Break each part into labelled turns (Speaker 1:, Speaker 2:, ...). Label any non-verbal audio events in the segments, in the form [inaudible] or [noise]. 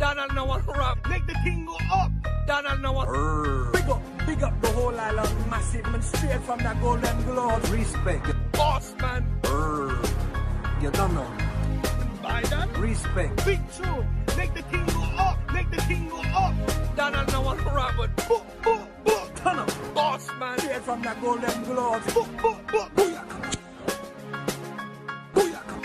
Speaker 1: Donald know what rap. Make the king go up. Donald know what.
Speaker 2: Er. Big up, big up the whole island, massive man, straight from the Golden Globe. Respect,
Speaker 1: Boss man.
Speaker 2: Er. you don't know.
Speaker 1: Biden.
Speaker 2: Respect,
Speaker 1: Big two. Make the king go up. Make the king go up. Donald know what rap. But book, book, book.
Speaker 2: turn up,
Speaker 1: Boss man.
Speaker 2: straight from the Golden Globe.
Speaker 1: Book, book, book.
Speaker 2: Booyaka, booyaka.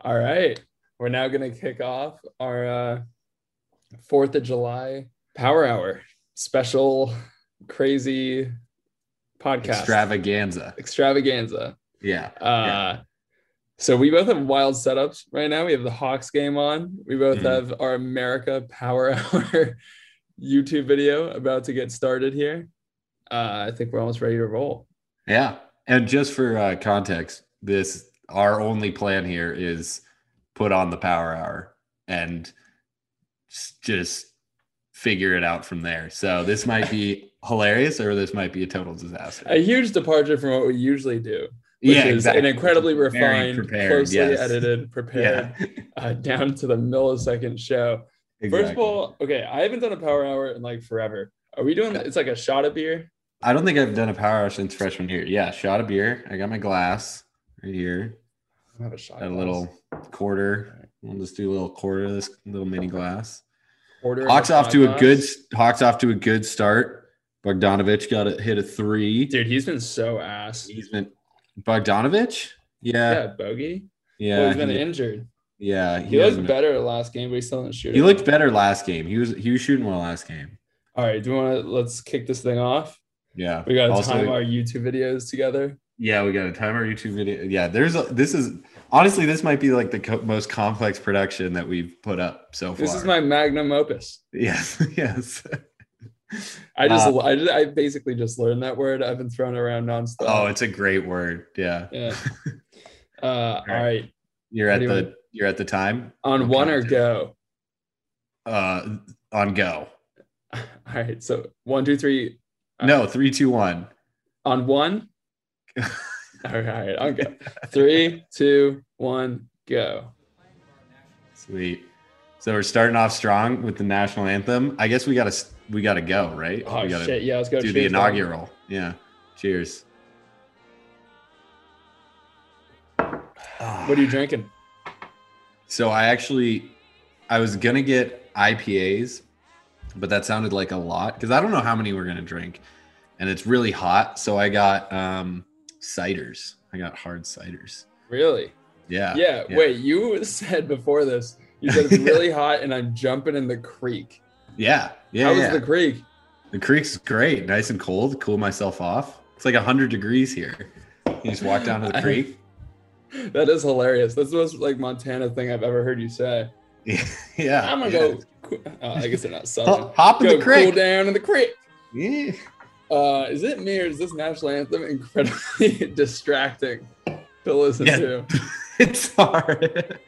Speaker 3: All right. We're now going to kick off our uh, 4th of July Power Hour special crazy podcast
Speaker 4: Extravaganza.
Speaker 3: extravaganza.
Speaker 4: Yeah.
Speaker 3: Uh, So we both have wild setups right now. We have the Hawks game on. We both
Speaker 4: Mhm.
Speaker 3: have our America Power [laughs] Hour YouTube video about to get started here. Uh, I think we're almost ready to roll.
Speaker 4: Yeah. And just for uh, context, this our only plan here is put on the power hour and s- just figure it out from there. So this might be hilarious or this might be a total disaster.
Speaker 3: A huge departure from what we usually do, which
Speaker 4: yeah,
Speaker 3: is
Speaker 4: exactly.
Speaker 3: an incredibly
Speaker 4: Very
Speaker 3: refined,
Speaker 4: prepared,
Speaker 3: closely
Speaker 4: yes. [laughs]
Speaker 3: edited, prepared
Speaker 4: Yeah.
Speaker 3: uh, down to the millisecond show. First of
Speaker 4: Exactly.
Speaker 3: all, okay, I haven't done a power hour in like forever. Are we doing? It's like a shot of beer.
Speaker 4: I don't think I've done a power hour since freshman year. Yeah, shot of beer. I got my glass right here.
Speaker 3: I don't have a shot.
Speaker 4: A
Speaker 3: glass.
Speaker 4: little quarter. We'll just do a little quarter of this little mini glass.
Speaker 3: Order of
Speaker 4: Hawks
Speaker 3: a
Speaker 4: off
Speaker 3: shot
Speaker 4: to a
Speaker 3: glass.
Speaker 4: good Hawks off to a good start. Bogdanovich got a hit a three.
Speaker 3: dude. He's been so ass.
Speaker 4: He's been Bogdanovich. Yeah,
Speaker 3: Yeah, bogey.
Speaker 4: yeah,
Speaker 3: Yeah, he's
Speaker 4: he-
Speaker 3: been injured.
Speaker 4: yeah.
Speaker 3: He looked
Speaker 4: hasn't been-
Speaker 3: better last game, but he still didn't shoot.
Speaker 4: He
Speaker 3: it.
Speaker 4: looked better last game. He was he was shooting well last game.
Speaker 3: All right, do we want to let's kick this thing off?
Speaker 4: Yeah,
Speaker 3: We got to
Speaker 4: Also-
Speaker 3: time our YouTube videos together.
Speaker 4: Yeah, we got to time our YouTube video. Yeah, there's a, this is honestly this might be like the co- most complex production that we've put up so far.
Speaker 3: This is my magnum opus.
Speaker 4: [laughs] yes, yes.
Speaker 3: I just,
Speaker 4: Uh,
Speaker 3: I, just- I basically just learned that word. I've been thrown around nonstop.
Speaker 4: [laughs] Oh, it's a great word. Yeah, [laughs]
Speaker 3: yeah. Uh, all
Speaker 4: right.
Speaker 3: right.
Speaker 4: you're at
Speaker 3: Anyway.
Speaker 4: the you're at the time
Speaker 3: On
Speaker 4: Okay.
Speaker 3: one or go. [laughs]
Speaker 4: uh on go.
Speaker 3: All right. So one, two, three.
Speaker 4: No, three, two, one.
Speaker 3: On
Speaker 4: [laughs]
Speaker 3: one. all right. On go. Three, two, one, go.
Speaker 4: Sweet. So we're starting off strong with the national anthem. I guess we gotta s- we gotta go, right?
Speaker 3: Oh
Speaker 4: we gotta
Speaker 3: shit! Yeah, let's go.
Speaker 4: do the
Speaker 3: Cheers, dog.
Speaker 4: inaugural. Yeah. Cheers.
Speaker 3: What are you drinking?
Speaker 4: So I actually I was gonna get IPAs, but that sounded like a lot because I don't know how many we're gonna drink. And it's really hot. So I got um ciders. I got hard ciders.
Speaker 3: Really?
Speaker 4: Yeah.
Speaker 3: yeah,
Speaker 4: Uh, yeah.
Speaker 3: Wait, you [laughs] said before this, you said
Speaker 4: [laughs]
Speaker 3: it's
Speaker 4: Yeah.
Speaker 3: really hot and I'm jumping in the creek.
Speaker 4: Yeah. Yeah.
Speaker 3: How was
Speaker 4: yeah.
Speaker 3: the creek? [laughs]
Speaker 4: The creek's great, nice and cold. Cool myself off. It's like hundred degrees here. You just walk down to the
Speaker 3: I-
Speaker 4: creek.
Speaker 3: That is hilarious. That's the most like Montana thing I've ever heard you say.
Speaker 4: Yeah,
Speaker 3: I'm gonna
Speaker 4: yeah.
Speaker 3: go. qu- Oh, I guess they're not southern.
Speaker 4: Hop, hop in
Speaker 3: go
Speaker 4: the creek.
Speaker 3: cool down in the creek.
Speaker 4: Yeah.
Speaker 3: Uh, is it me or is this national anthem incredibly [laughs] distracting to listen
Speaker 4: Yeah.
Speaker 3: to?
Speaker 4: [laughs] It's hard.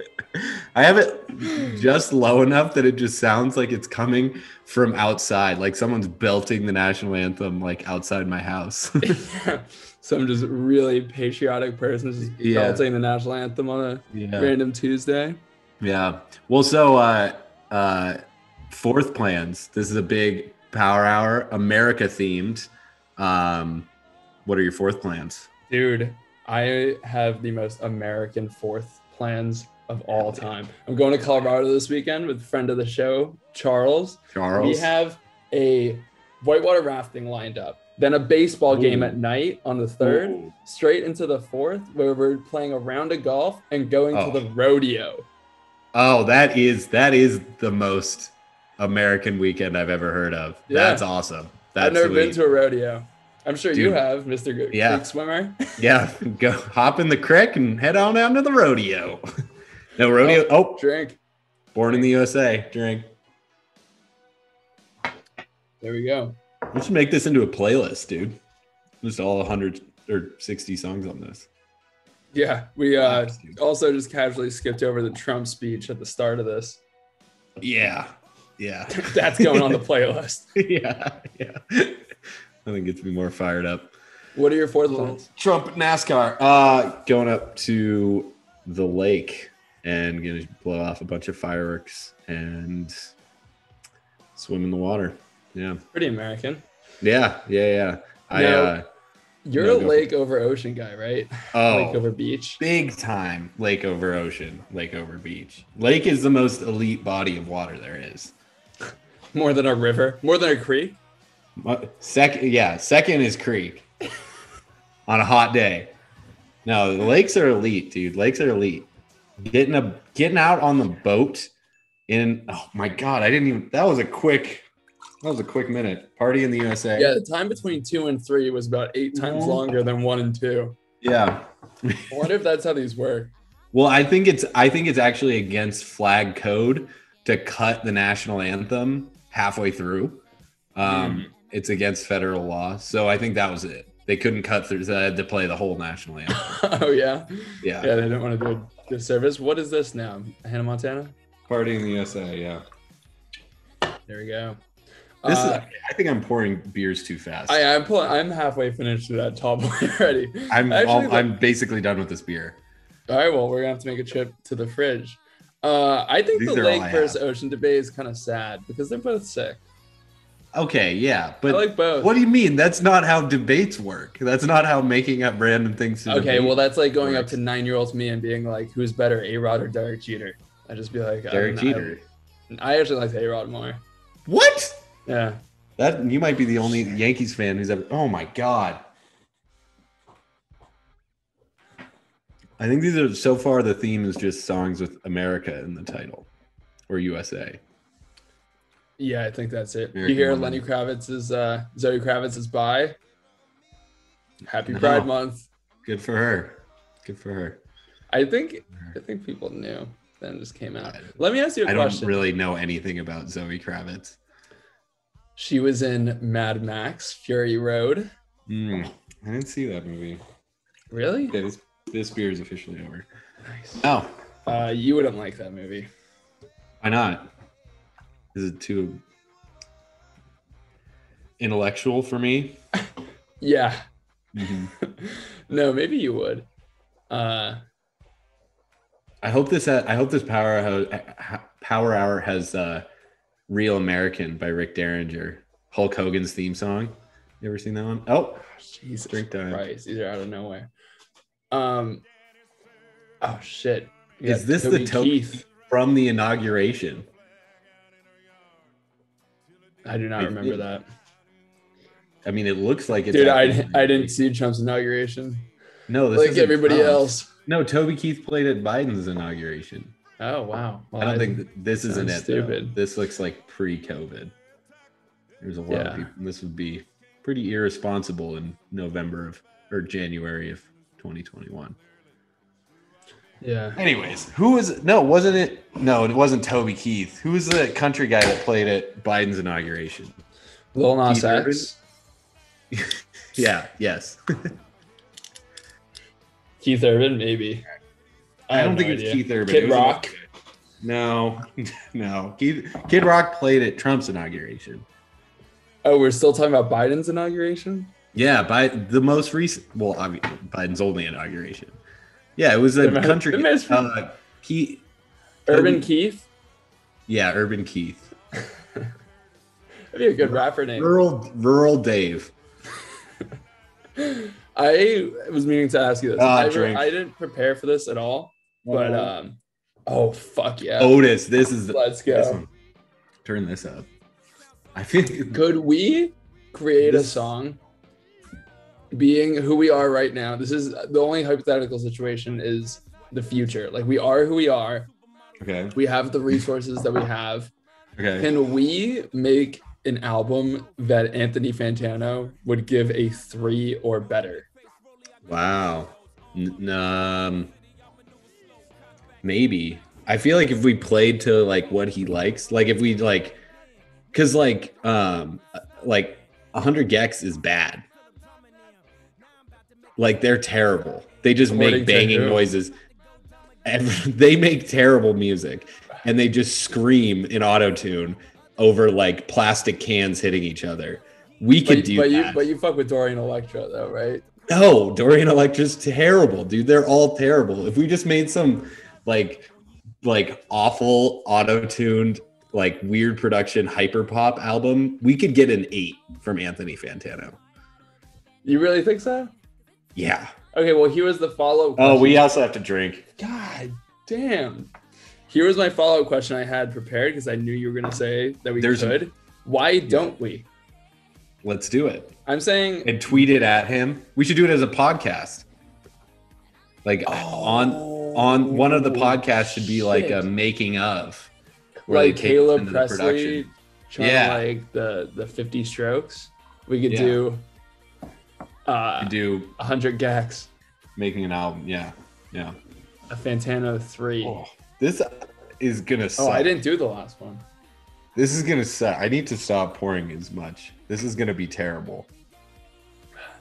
Speaker 4: I have it just low enough that it just sounds like it's coming from outside, like someone's belting the national anthem like outside my house. [laughs]
Speaker 3: [laughs] Some just really patriotic person just
Speaker 4: Yeah.
Speaker 3: belting the national anthem on a
Speaker 4: yeah.
Speaker 3: random Tuesday.
Speaker 4: Yeah. Well, so uh uh fourth plans. This is a big power hour, America themed. Um what are your fourth plans?
Speaker 3: Dude, I have the most American fourth plans of all time. I'm going to Colorado this weekend with friend of the show, Charles.
Speaker 4: Charles.
Speaker 3: We have a whitewater rafting lined up, then a baseball game
Speaker 4: Ooh.
Speaker 3: at night on the third,
Speaker 4: Ooh.
Speaker 3: straight into the fourth, where we're playing a round of golf and going
Speaker 4: Oh.
Speaker 3: to the rodeo.
Speaker 4: Oh, that is that is the most American weekend I've ever heard of.
Speaker 3: Yeah.
Speaker 4: That's awesome. That's
Speaker 3: I've never been
Speaker 4: sweet.
Speaker 3: to a rodeo. I'm sure you
Speaker 4: Dude.
Speaker 3: have, Mr. Good
Speaker 4: Yeah.
Speaker 3: Creek Swimmer. [laughs]
Speaker 4: Yeah, [laughs] go hop in the creek and head on down to the rodeo. [laughs] No rodeo. Oh,
Speaker 3: Drink.
Speaker 4: born in the USA. Drink.
Speaker 3: There we go.
Speaker 4: We should make this into a playlist, dude. Just all 100 or 60 songs on this.
Speaker 3: Yeah, we uh,
Speaker 4: Nice, dude.
Speaker 3: also just casually skipped over the Trump speech at the start of this. [laughs]
Speaker 4: Yeah. Yeah. [laughs]
Speaker 3: That's going on the playlist.
Speaker 4: yeah. Yeah. [laughs] I think it's be more fired up.
Speaker 3: What are your fourth plans?
Speaker 4: Trump NASCAR. Uh going up to the lake and gonna blow off a bunch of fireworks and swim in the water. Yeah,
Speaker 3: Pretty American.
Speaker 4: yeah, yeah, yeah. I
Speaker 3: Now-
Speaker 4: uh,
Speaker 3: You're
Speaker 4: No,
Speaker 3: a
Speaker 4: go for
Speaker 3: lake over ocean guy, right? Lake
Speaker 4: oh,
Speaker 3: over beach.
Speaker 4: big time lake over ocean, lake over beach. Lake is the most elite body of water there is.
Speaker 3: More than a river. More than a creek.
Speaker 4: Mu- Sec yeah, second is creek [laughs] on a hot day. No, the lakes are elite, dude. Lakes are elite. Getting a getting out on the boat in oh my god, I didn't even that was a quick that was a quick minute. Party in the USA.
Speaker 3: Yeah, the time between two and three was about eight times
Speaker 4: Mhm.
Speaker 3: longer than one and two.
Speaker 4: Yeah.
Speaker 3: I wonder if that's how these work. [laughs]
Speaker 4: Well, I think it's I think it's actually against flag code to cut the national anthem halfway through. Um, It's against federal law, so I think that was it. They couldn't cut through. So they had to play the whole national anthem.
Speaker 3: oh yeah,
Speaker 4: Yeah.
Speaker 3: yeah. They don't want to do a disservice. What is this now? Hannah Montana.
Speaker 4: Party in the USA, yeah.
Speaker 3: There we go.
Speaker 4: This
Speaker 3: Uh,
Speaker 4: is. I think I'm pouring beers too fast.
Speaker 3: I,
Speaker 4: I,
Speaker 3: I'm pulling. I'm halfway finished to that top [laughs] one already.
Speaker 4: am
Speaker 3: actually,
Speaker 4: all, I'm basically done with this beer.
Speaker 3: All right. Well, we're gonna have to make a trip to the fridge. Uh, I think
Speaker 4: These
Speaker 3: the
Speaker 4: are all
Speaker 3: lake
Speaker 4: I have.
Speaker 3: versus ocean debate is kind of sad because they're both sick.
Speaker 4: Okay, yeah, but
Speaker 3: I like both.
Speaker 4: what do you mean? That's not how debates work. That's not how making up random things. To
Speaker 3: okay.
Speaker 4: debate.
Speaker 3: Well, that's like going up
Speaker 4: works.
Speaker 3: to nine year olds me and being like, "Who's better, A Rod or Derek Jeter?" I'd just be like, I
Speaker 4: Derek
Speaker 3: don't know.
Speaker 4: Jeter.
Speaker 3: I actually like A Rod more.
Speaker 4: What?
Speaker 3: Yeah.
Speaker 4: That you might be the only Yankees fan who's ever. Oh my god. I think these are so far the theme is just songs with America in the title, or USA.
Speaker 3: Yeah, I think that's it. you
Speaker 4: American
Speaker 3: hear
Speaker 4: woman.
Speaker 3: Lenny Kravitz's uh, Zoe Kravitz is by. Happy
Speaker 4: No.
Speaker 3: Pride Month.
Speaker 4: Good for her. Good for her.
Speaker 3: I think I think people knew. Then it just came out.
Speaker 4: I-
Speaker 3: Let me ask you a
Speaker 4: I don't
Speaker 3: question.
Speaker 4: really know anything about Zoe Kravitz.
Speaker 3: She was in Mad Max Fury Road. Hmm.
Speaker 4: I didn't see that movie.
Speaker 3: Really?
Speaker 4: Okay, this, this beer is officially over.
Speaker 3: Nice.
Speaker 4: Oh,
Speaker 3: Uh, you wouldn't like that movie.
Speaker 4: why not? Is it too intellectual for me?
Speaker 3: Yeah.
Speaker 4: Mm-hmm.
Speaker 3: No, maybe you would. Uh,
Speaker 4: I hope this. uh, I hope this power Ho- power hour has uh, "Real American" by Rick Derringer, Hulk Hogan's theme song. You ever seen that one? Oh,
Speaker 3: Jesus
Speaker 4: Drink time.
Speaker 3: Christ, these are out of nowhere. Um. Oh shit. We
Speaker 4: Is
Speaker 3: got
Speaker 4: this the
Speaker 3: Toby
Speaker 4: Toby-
Speaker 3: Keith.
Speaker 4: from the inauguration.
Speaker 3: I do not
Speaker 4: I
Speaker 3: remember
Speaker 4: think-
Speaker 3: that.
Speaker 4: I mean, it looks like it's
Speaker 3: Dude, I,
Speaker 4: actually-
Speaker 3: didn't- I didn't see Trump's inauguration
Speaker 4: No, this
Speaker 3: like
Speaker 4: isn't
Speaker 3: everybody
Speaker 4: Trump's.
Speaker 3: else.
Speaker 4: No, Toby Keith played at Biden's inauguration.
Speaker 3: Oh wow! Well,
Speaker 4: I don't think th- this isn't
Speaker 3: sounds
Speaker 4: it. though.
Speaker 3: stupid.
Speaker 4: This looks like pre-COVID. There's a lot
Speaker 3: Yeah.
Speaker 4: of people. This would be pretty irresponsible in November of or January of 2021.
Speaker 3: Yeah,
Speaker 4: Anyways, who was no? Wasn't it? No, it wasn't Toby Keith. Who was the country guy that played at Biden's inauguration?
Speaker 3: Lil Nas
Speaker 4: Keith Urban?
Speaker 3: X,
Speaker 4: Yeah.
Speaker 3: [laughs]
Speaker 4: Yes.
Speaker 3: Keith Urban, maybe.
Speaker 4: I,
Speaker 3: have
Speaker 4: don't
Speaker 3: no
Speaker 4: think it was
Speaker 3: idea.
Speaker 4: Keith Urban. It
Speaker 3: Kid
Speaker 4: was another
Speaker 3: Rock.
Speaker 4: guy. No, [laughs] no. Keith, Kid Rock played at Trump's inauguration.
Speaker 3: Oh, we're still talking about Biden's inauguration.
Speaker 4: Yeah, by the most recent. Well, I mean, Biden's only inauguration. Yeah, it was
Speaker 3: The
Speaker 4: a
Speaker 3: most-
Speaker 4: country.
Speaker 3: the most-
Speaker 4: uh, Keith.
Speaker 3: Urban
Speaker 4: Urban-
Speaker 3: Keith.
Speaker 4: Yeah, Urban Keith.
Speaker 3: That'd be a good rapper name.
Speaker 4: Rural, rural Dave.
Speaker 3: [laughs] I was meaning to ask you this.
Speaker 4: Ah, Uh-huh.
Speaker 3: I, re-
Speaker 4: drink.
Speaker 3: I didn't prepare for this at all, but um, oh fuck yeah,
Speaker 4: Otis, this is the,
Speaker 3: let's
Speaker 4: this
Speaker 3: go.
Speaker 4: one. Turn this up. I think
Speaker 3: Could we create a
Speaker 4: This-
Speaker 3: song being who we are right now? This is the only hypothetical situation is the future. Like we are who we are.
Speaker 4: Okay.
Speaker 3: We have the resources that we have.
Speaker 4: Okay.
Speaker 3: Can we make an album that Anthony Fantano would give a three or better?
Speaker 4: Wow. N- um. Maybe. I feel like if we played to like what he likes, like if we like, cause like um like hundred gex is bad. Like they're terrible. They just
Speaker 3: According
Speaker 4: make
Speaker 3: to
Speaker 4: banging
Speaker 3: who?
Speaker 4: noises. Ev- [laughs] they make terrible music, and they just scream in auto tune over like plastic cans hitting each other. We could
Speaker 3: But,
Speaker 4: do
Speaker 3: but
Speaker 4: that.
Speaker 3: you but you fuck with Dorian Electra though, right?
Speaker 4: No, Dorian Electra's terrible, dude. They're all terrible. If we just made some like like awful auto-tuned like weird production hyper pop album, we could get an 8 from Anthony Fantano.
Speaker 3: You really think so?
Speaker 4: Yeah.
Speaker 3: Okay, well, here was the follow up.
Speaker 4: Oh, we also have to drink.
Speaker 3: God damn. Here was my follow up question I had prepared because I knew you were going to say that we
Speaker 4: There's-
Speaker 3: could. Why don't we?
Speaker 4: Let's do it.
Speaker 3: I'm saying,
Speaker 4: And tweet it at him. We should do it as a podcast. Like on on one of the podcasts should be like a
Speaker 3: shit.
Speaker 4: making of. where
Speaker 3: like
Speaker 4: they take
Speaker 3: Caleb
Speaker 4: into the
Speaker 3: Presley
Speaker 4: production.
Speaker 3: trying
Speaker 4: Yeah.
Speaker 3: like the, the 50 strokes. We could
Speaker 4: Yeah.
Speaker 3: do uh,
Speaker 4: You do
Speaker 3: 100 gags,
Speaker 4: making an album. Yeah. Yeah.
Speaker 3: a Fantano 3. Oh,
Speaker 4: Oh, this is gonna suck.
Speaker 3: I didn't do the last one.
Speaker 4: This is gonna suck. I need to stop pouring as much. This is gonna be terrible.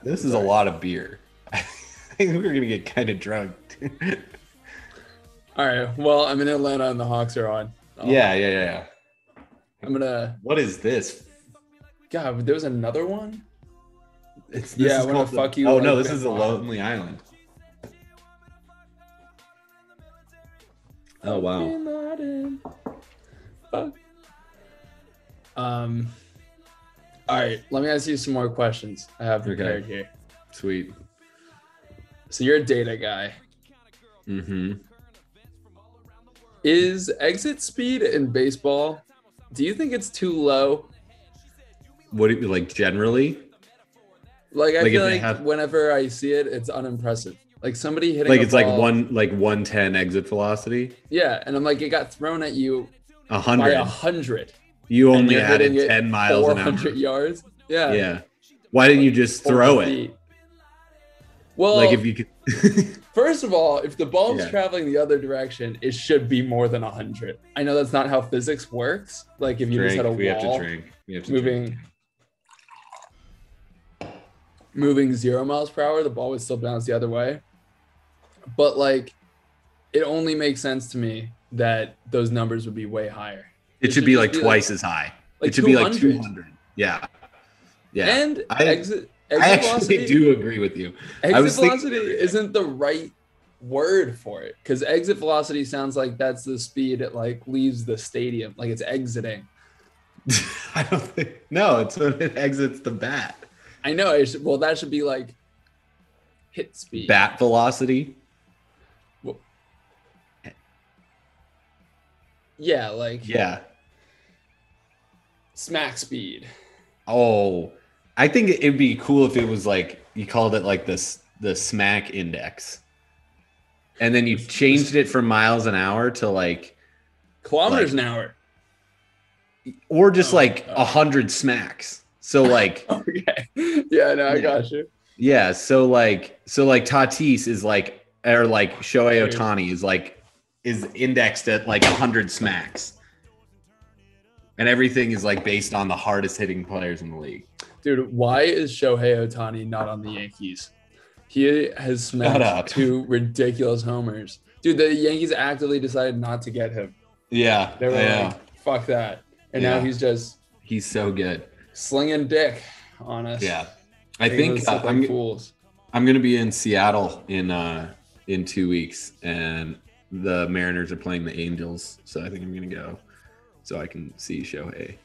Speaker 4: This is a lot of beer. [laughs] I think we're gonna get kind of drunk. [laughs] yeah,
Speaker 3: All right. Well, I'm in Atlanta and the Hawks are on. Oh,
Speaker 4: yeah, yeah, yeah.
Speaker 3: I'm going to.
Speaker 4: What is this?
Speaker 3: God, but there was another one?
Speaker 4: It's
Speaker 3: Yeah, I
Speaker 4: is
Speaker 3: wanna
Speaker 4: called the-
Speaker 3: fuck you
Speaker 4: Oh
Speaker 3: like
Speaker 4: no, this
Speaker 3: that.
Speaker 4: is the Lonely Island. Oh wow.
Speaker 3: Bin Laden. Fuck. Um. All right, let me ask you some more questions I have
Speaker 4: Okay.
Speaker 3: prepared here.
Speaker 4: Sweet.
Speaker 3: So you're a data guy.
Speaker 4: Mm-hmm.
Speaker 3: Is exit speed in baseball? Do you think it's too low?
Speaker 4: What do you like generally?
Speaker 3: Like I
Speaker 4: Like, if
Speaker 3: feel
Speaker 4: they
Speaker 3: like
Speaker 4: have-
Speaker 3: whenever I see it, it's unimpressive. Like somebody hitting
Speaker 4: Like
Speaker 3: a
Speaker 4: it's like
Speaker 3: ball-
Speaker 4: one like one ten exit velocity.
Speaker 3: Yeah, and I'm like, it got thrown at you
Speaker 4: A
Speaker 3: by a
Speaker 4: hundred.
Speaker 3: hundred.
Speaker 4: You
Speaker 3: and
Speaker 4: only
Speaker 3: you're
Speaker 4: added
Speaker 3: hitting it
Speaker 4: ten miles
Speaker 3: Four
Speaker 4: an hour.
Speaker 3: hundred yards. Yeah.
Speaker 4: Yeah. Why didn't you just throw it?
Speaker 3: Feet. Well,
Speaker 4: like if
Speaker 3: [laughs]
Speaker 4: you could
Speaker 3: First of all, if the ball's
Speaker 4: Yeah.
Speaker 3: traveling the other direction, it should be more than 100. I know that's not how physics works. Like if you just had a
Speaker 4: we have to
Speaker 3: wall
Speaker 4: drink. We have to drink.
Speaker 3: moving moving 0 miles per hour, the ball would still bounce the other way. But like it only makes sense to me that those numbers would be way higher.
Speaker 4: It should be like twice as high.
Speaker 3: like
Speaker 4: it should be like
Speaker 3: 200.
Speaker 4: 200. Yeah. Yeah.
Speaker 3: And
Speaker 4: I-
Speaker 3: exit exit
Speaker 4: I actually
Speaker 3: velocity
Speaker 4: do agree with you. [laughs] I
Speaker 3: Exit
Speaker 4: was thinking-
Speaker 3: velocity isn't the right word for it because exit velocity sounds like that's the speed it like leaves the stadium, like it's exiting.
Speaker 4: I don't think no, it's [laughs] when it exits the bat.
Speaker 3: I know. I should, well, that should be like hit speed.
Speaker 4: Bat velocity.
Speaker 3: Yeah, like
Speaker 4: Yeah.
Speaker 3: smack speed.
Speaker 4: Oh. I think it'd be cool if it was like you called it like this the smack index. And then you changed it from miles an hour to like
Speaker 3: Kilometers
Speaker 4: Like-
Speaker 3: an hour. [laughs]
Speaker 4: or just
Speaker 3: Oh,
Speaker 4: like
Speaker 3: oh.
Speaker 4: a hundred smacks. So like [laughs]
Speaker 3: Okay. Yeah, no, I
Speaker 4: Yeah.
Speaker 3: got you.
Speaker 4: yeah, so like so like Tatis is like or like Shohei Otani is like is indexed at like a hundred smacks. And everything is like based on the hardest hitting players in the league.
Speaker 3: Dude, why is Shohei Otani not on the Yankees? He has
Speaker 4: up.
Speaker 3: smacked two ridiculous homers. Dude, the Yankees actively decided not to get him.
Speaker 4: Yeah.
Speaker 3: They were
Speaker 4: yeah.
Speaker 3: like, fuck that. And now
Speaker 4: Yeah.
Speaker 3: he's just
Speaker 4: He's so good.
Speaker 3: slinging dick on us.
Speaker 4: Yeah. I
Speaker 3: Making us
Speaker 4: think
Speaker 3: look like
Speaker 4: uh, I'm
Speaker 3: fools.
Speaker 4: I'm gonna be in Seattle in uh in two weeks and the Mariners are playing the Angels, so I think I'm gonna go so I can see Shohei.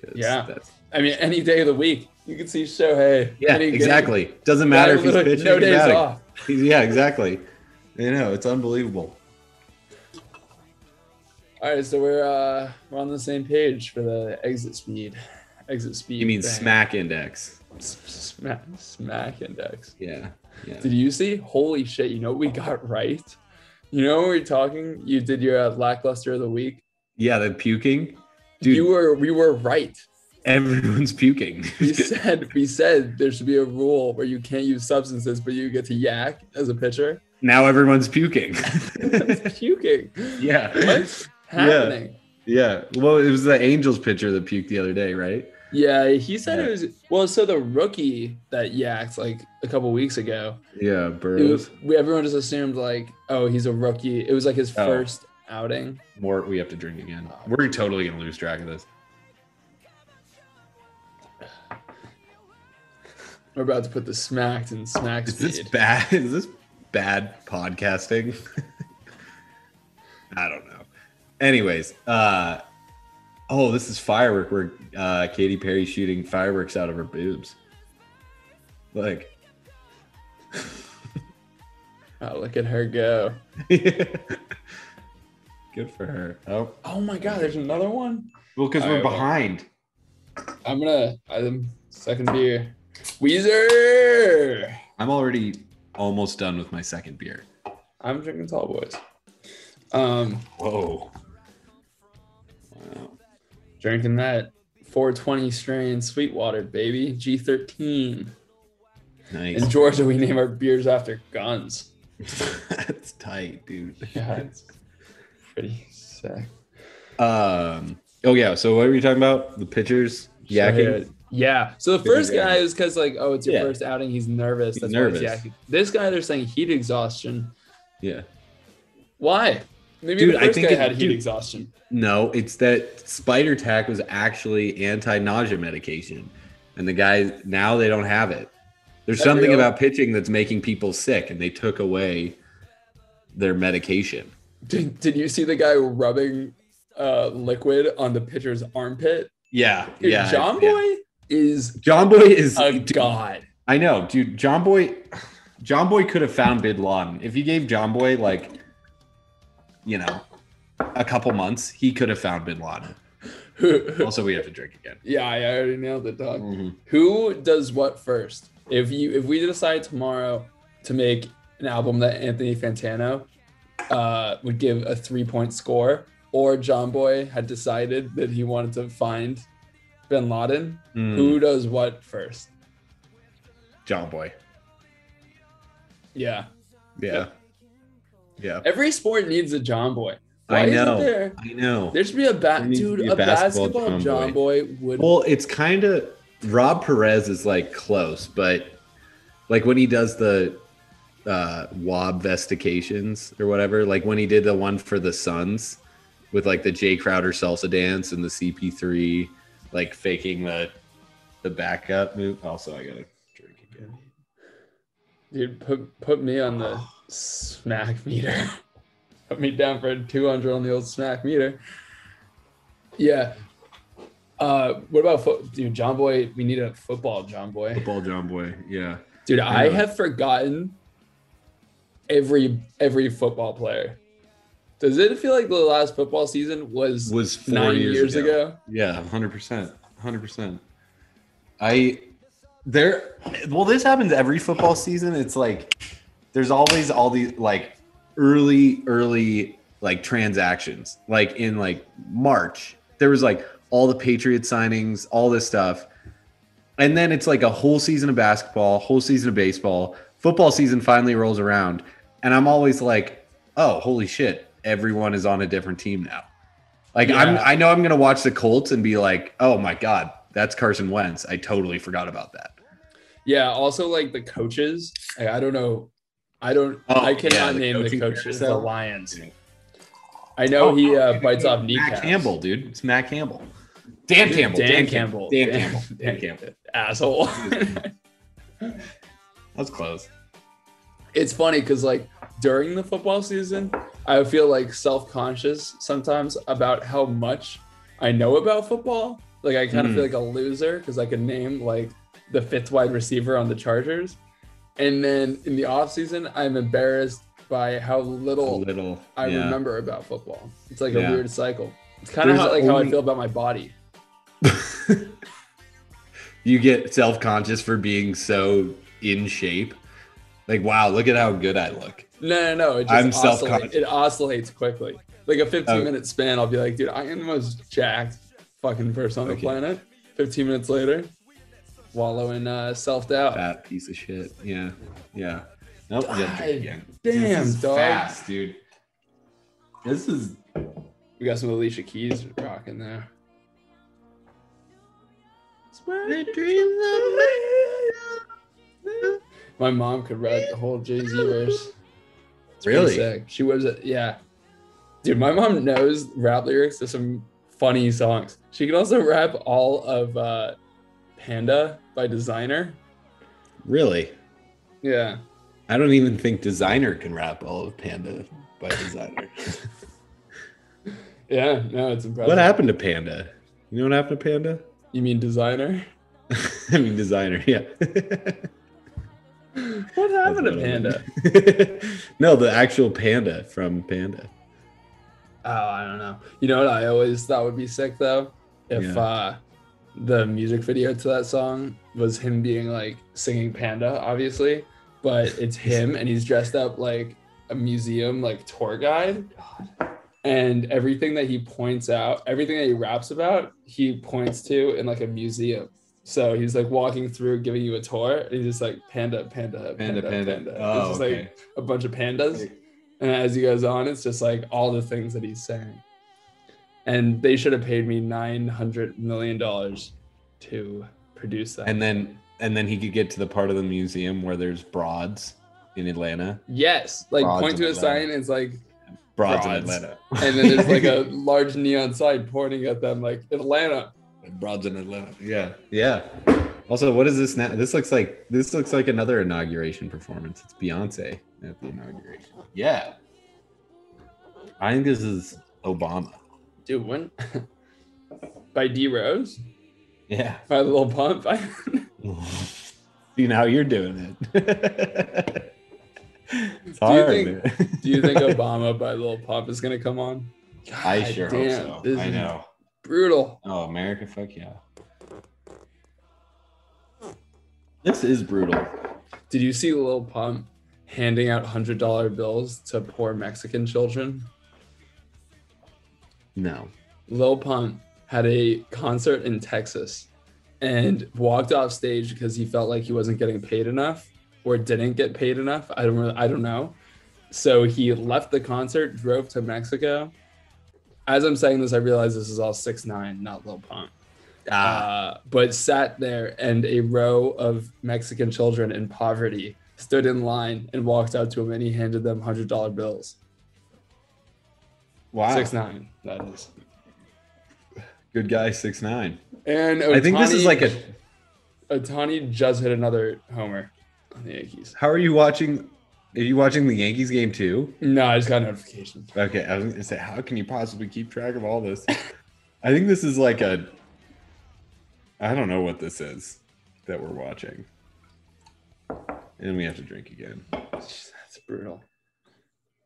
Speaker 4: 'cause
Speaker 3: Yeah.
Speaker 4: that's
Speaker 3: I mean, any day of the week, you can see Shohei.
Speaker 4: Yeah,
Speaker 3: Any game.
Speaker 4: exactly. Doesn't matter if he's
Speaker 3: Literally
Speaker 4: pitching.
Speaker 3: No
Speaker 4: or
Speaker 3: days
Speaker 4: batting.
Speaker 3: off.
Speaker 4: He's- Yeah, exactly. You know, it's unbelievable.
Speaker 3: All right, so we're uh, we're on the same page for the exit speed. Exit speed.
Speaker 4: You mean
Speaker 3: thing.
Speaker 4: smack index?
Speaker 3: S- Smack, smack index.
Speaker 4: Yeah. Yeah.
Speaker 3: Did you see? Holy shit! You know what we got [laughs] right. You know when we were talking, you did your uh, lackluster of the week.
Speaker 4: Yeah, the puking. Dude,
Speaker 3: You were we were right. [laughs]
Speaker 4: everyone's puking.
Speaker 3: We said we said there should be a rule where you can't use substances, but you get to yak as a pitcher.
Speaker 4: [laughs]
Speaker 3: [laughs]
Speaker 4: now everyone's puking.
Speaker 3: It's puking.
Speaker 4: yeah.
Speaker 3: What's happening?
Speaker 4: [laughs] Yeah. Well, it was the Angels pitcher that puked the other day, right?
Speaker 3: Yeah, he said
Speaker 4: Yeah.
Speaker 3: it was well. So the rookie that yacked like a couple weeks ago,
Speaker 4: Yeah,
Speaker 3: it was,
Speaker 4: Burrows.
Speaker 3: we, everyone just assumed like, oh, he's a rookie. It was like his
Speaker 4: Oh.
Speaker 3: first outing.
Speaker 4: More we have to drink again. We're totally gonna lose track of this.
Speaker 3: We're about to put the smacked and smack
Speaker 4: [laughs] Is this
Speaker 3: speed.
Speaker 4: bad? Is this bad podcasting? [laughs] I don't know. Anyways, uh, oh, this is firework where uh, Katy Perry shooting fireworks out of her boobs. Like, [laughs]
Speaker 3: Oh, look at her go.
Speaker 4: good for her. Oh,
Speaker 3: Oh my God, there's another one.
Speaker 4: well, because
Speaker 3: Alright,
Speaker 4: we're
Speaker 3: well.
Speaker 4: behind.
Speaker 3: I'm gonna I'm second beer. Weezer.
Speaker 4: I'm already almost done with my second beer.
Speaker 3: I'm drinking tall boys. Um,
Speaker 4: Whoa. Wow.
Speaker 3: drinking that 420 strain Sweetwater, baby. G13. In
Speaker 4: Nice.
Speaker 3: Georgia, we name our beers after guns.
Speaker 4: That's tight, dude.
Speaker 3: Yeah, [laughs] it's pretty sick.
Speaker 4: Um. Oh yeah. So what are we talking about? The pitchers yakking.
Speaker 3: So, yeah. So the
Speaker 4: Pretty
Speaker 3: first guy
Speaker 4: good.
Speaker 3: is because like, oh, it's your
Speaker 4: Yeah.
Speaker 3: first outing. He's nervous.
Speaker 4: He's
Speaker 3: That's nervous. why he's
Speaker 4: nervous.
Speaker 3: yakking. This guy, they're saying heat exhaustion.
Speaker 4: Yeah.
Speaker 3: Why? Maybe
Speaker 4: Dude,
Speaker 3: the
Speaker 4: I
Speaker 3: first
Speaker 4: think
Speaker 3: guy
Speaker 4: it-
Speaker 3: had heat
Speaker 4: dude.
Speaker 3: exhaustion.
Speaker 4: No, it's that spider tack was actually anti-nausea medication, and the guys now they don't have it. There's
Speaker 3: Is that
Speaker 4: something
Speaker 3: real?
Speaker 4: about pitching that's making people sick, and they took away their medication.
Speaker 3: Did, did you see the guy rubbing uh, liquid on the pitcher's armpit?
Speaker 4: Yeah,
Speaker 3: Dude,
Speaker 4: yeah,
Speaker 3: John
Speaker 4: yeah.
Speaker 3: Boy is
Speaker 4: John [laughs] Boy is
Speaker 3: a
Speaker 4: dude,
Speaker 3: god. [laughs]
Speaker 4: I know, dude. John Boy, John Boy could have found Bin Laden if you gave John Boy like, you know, a couple months. He could have found Bin Laden. Also, we have to drink again.
Speaker 3: yeah, I already nailed it, dog. Who does what first? If you if we decide tomorrow to make an album that Anthony Fantano uh, would give a three point score, or John Boy had decided that he wanted to find Bin Laden,
Speaker 4: Mm,
Speaker 3: who does what first?
Speaker 4: John Boy.
Speaker 3: Yeah,
Speaker 4: Yeah. Yeah.
Speaker 3: every sport needs a John Boy. Why
Speaker 4: I know.
Speaker 3: Isn't there?
Speaker 4: I know.
Speaker 3: There should be a bat,
Speaker 4: There needs to
Speaker 3: dude.
Speaker 4: be
Speaker 3: A,
Speaker 4: a
Speaker 3: basketball,
Speaker 4: basketball
Speaker 3: John,
Speaker 4: John
Speaker 3: Boy, would.
Speaker 4: Well, it's kind of Rob Perez is like close, but like when he does the uh wob vestications or whatever, like when he did the one for the Suns with like the Jay Crowder salsa dance and the CP3 like faking the the backup move. Also, I gotta drink again.
Speaker 3: Dude, put put me on [sighs] the smack meter. [laughs] put me down for 200 on the old smack meter. Yeah. Uh, what about fo- dude, John Boy? We need a football John Boy.
Speaker 4: Football John Boy, yeah.
Speaker 3: Dude, I,
Speaker 4: I know.
Speaker 3: have forgotten every every football player. Does it feel like the last football season was,
Speaker 4: Was four
Speaker 3: nine years, ago?
Speaker 4: Yeah, hundred percent, hundred percent. I there. Well, this happens every football season. It's like there's always all these like early, early like transactions. Like in like March, there was like all the Patriot signings, all this stuff, and then it's like a whole season of basketball, whole season of baseball. Football season finally rolls around, and I'm always like, oh, holy shit! Everyone is on a different team now. Like I'm,
Speaker 3: Yeah.
Speaker 4: I know I'm gonna watch the Colts and be like, oh my god, that's Carson Wentz. I totally forgot about that.
Speaker 3: Yeah. Also, like the coaches. Like, I don't know. I don't.
Speaker 4: Oh,
Speaker 3: I cannot
Speaker 4: yeah, the
Speaker 3: name the
Speaker 4: coaching
Speaker 3: coaches. The
Speaker 4: carousel.
Speaker 3: Lions. I know he uh, bites off kneecaps.
Speaker 4: Matt Campbell, dude. It's Matt Campbell. Dan Campbell.
Speaker 3: Dan, Campbell.
Speaker 4: Dan Campbell. Dan Campbell.
Speaker 3: [laughs] Asshole.
Speaker 4: That's close.
Speaker 3: it's funny because like during the football season, I feel like self-conscious sometimes about how much I know about football. Like I kind of
Speaker 4: Mm.
Speaker 3: feel like a loser because I can name like the fifth wide receiver on the Chargers, and then in the off season, I'm embarrassed by how
Speaker 4: A
Speaker 3: little
Speaker 4: little.
Speaker 3: I
Speaker 4: yeah.
Speaker 3: remember about football. It's like
Speaker 4: Yeah.
Speaker 3: a weird cycle. It's kind of
Speaker 4: There's
Speaker 3: how, like how I
Speaker 4: only-
Speaker 3: feel about my body.
Speaker 4: You get self conscious for being so in shape. Like, wow, look at how good I look.
Speaker 3: No, no, no. It just
Speaker 4: I'm
Speaker 3: oscillates-
Speaker 4: self-conscious.
Speaker 3: It oscillates quickly. Like a 15
Speaker 4: Oh.
Speaker 3: minute span, I'll be like, dude, I am the most jacked fucking person on the
Speaker 4: Okay.
Speaker 3: planet. 15 minutes later, wallow in uh, self doubt.
Speaker 4: Fat piece of shit. Yeah. Yeah. Nope. you have to drink again.
Speaker 3: Damn,
Speaker 4: This is
Speaker 3: dog.
Speaker 4: Fast, dude. This is
Speaker 3: We got some Alicia Keys rocking there. My mom could ride the whole Jay Z verse. It's pretty
Speaker 4: Really?
Speaker 3: sick. She was a yeah. Dude, my mom knows rap lyrics to some funny songs. She can also rap all of uh, Panda by Designer.
Speaker 4: really.
Speaker 3: Yeah.
Speaker 4: I don't even think designer can rap all of Panda by designer.
Speaker 3: Yeah, no, it's impressive.
Speaker 4: What happened to Panda? You know what happened to Panda? [laughs]
Speaker 3: You mean designer? [laughs]
Speaker 4: I mean, designer. Yeah.
Speaker 3: What happened to Panda?
Speaker 4: [laughs] no, the actual Panda from Panda.
Speaker 3: Oh, I don't know. You know what I always thought would be sick though? If
Speaker 4: Yeah.
Speaker 3: uh the music video to that song was him being like singing Panda, obviously, but [laughs] it's him and he's dressed up like a museum like tour guide. And everything that he points out, everything that he raps about, he points to in like a museum. So he's like walking through, giving you a tour, and he's just like panda, panda, panda, Oh, panda. it's just like a bunch of pandas. And as he goes on, it's just like all the things that he's saying. And they should have paid me nine hundred million dollars to produce that.
Speaker 4: and then and then he could get to the part of the museum where there's broads in Atlanta.
Speaker 3: yes, like
Speaker 4: Frauds
Speaker 3: point
Speaker 4: of
Speaker 3: to a
Speaker 4: Atlanta.
Speaker 3: sign, and it's like,
Speaker 4: Broads, in
Speaker 3: Broads.
Speaker 4: Atlanta.
Speaker 3: and then there's like
Speaker 4: [laughs]
Speaker 3: a large neon sign pointing at them, like Atlanta.
Speaker 4: broads in Atlanta. Yeah, yeah. Also, what is this now? This looks like this looks like another inauguration performance. It's Beyonce at the inauguration. Yeah, I think this is Obama.
Speaker 3: Dude, when [laughs] by D Rose
Speaker 4: Yeah.
Speaker 3: by Little Pump.
Speaker 4: [laughs]
Speaker 3: [laughs]
Speaker 4: See now you're doing it. [laughs] it's
Speaker 3: Do you
Speaker 4: hard,
Speaker 3: think-
Speaker 4: man.
Speaker 3: Do you
Speaker 4: [laughs]
Speaker 3: think Obama by Little Pump is gonna come on?
Speaker 4: I sure
Speaker 3: God damn,
Speaker 4: hope so.
Speaker 3: this
Speaker 4: I
Speaker 3: is
Speaker 4: know.
Speaker 3: Brutal.
Speaker 4: Oh, America, fuck yeah. This is brutal.
Speaker 3: Did you see Lil Pump handing out hundred dollar bills to poor Mexican children?
Speaker 4: No.
Speaker 3: Lil Pump had a concert in Texas and walked off stage because he felt like he wasn't getting paid enough or didn't get paid enough. I don't really, I don't know. So he left the concert, drove to Mexico. As I'm saying this, I realize this is all six nine, not Lil Pump.
Speaker 4: Ah,
Speaker 3: Uh, but sat there and a row of Mexican children in poverty stood in line and walked out to him and he handed them hundred dollar bills.
Speaker 4: wow.
Speaker 3: Six nine, that is.
Speaker 4: Good guy, six nine.
Speaker 3: And
Speaker 4: I think this is like a.
Speaker 3: Otani just hit another homer on the Yankees.
Speaker 4: How are you watching? Are you watching the Yankees game too?
Speaker 3: No, I just got a notification.
Speaker 4: Okay, I was gonna say, how can you possibly keep track of all this? I think this is like a. I don't know what this is that we're watching. And we have to drink again.
Speaker 3: Jeez, That's brutal.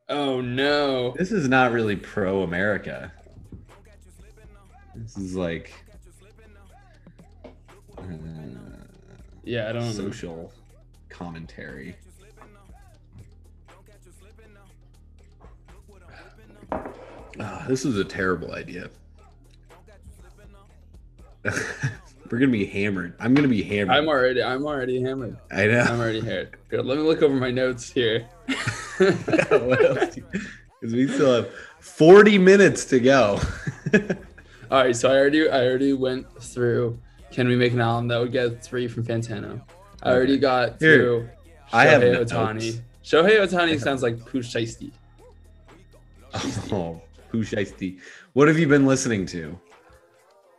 Speaker 3: Oh no.
Speaker 4: This is not really pro America. This is like uh,
Speaker 3: Yeah, I don't know.
Speaker 4: social commentary. Ah, this is a terrible idea. [laughs] We're gonna be hammered. I'm gonna be hammered.
Speaker 3: I'm already I'm already hammered.
Speaker 4: I know.
Speaker 3: I'm already hammered. Here, let me look over my notes here. [laughs]
Speaker 4: what else? [laughs] Because we still have 40 minutes to go. [laughs]
Speaker 3: All right, so I already I already went through can we make an album that would get three from Fantano? I already
Speaker 4: Okay.
Speaker 3: got
Speaker 4: Here,
Speaker 3: through
Speaker 4: I have
Speaker 3: Shohei
Speaker 4: notes.
Speaker 3: Otani. Shohei Otani sounds like Pooh Shiesty.
Speaker 4: Oh, who shiesty? What have you been listening to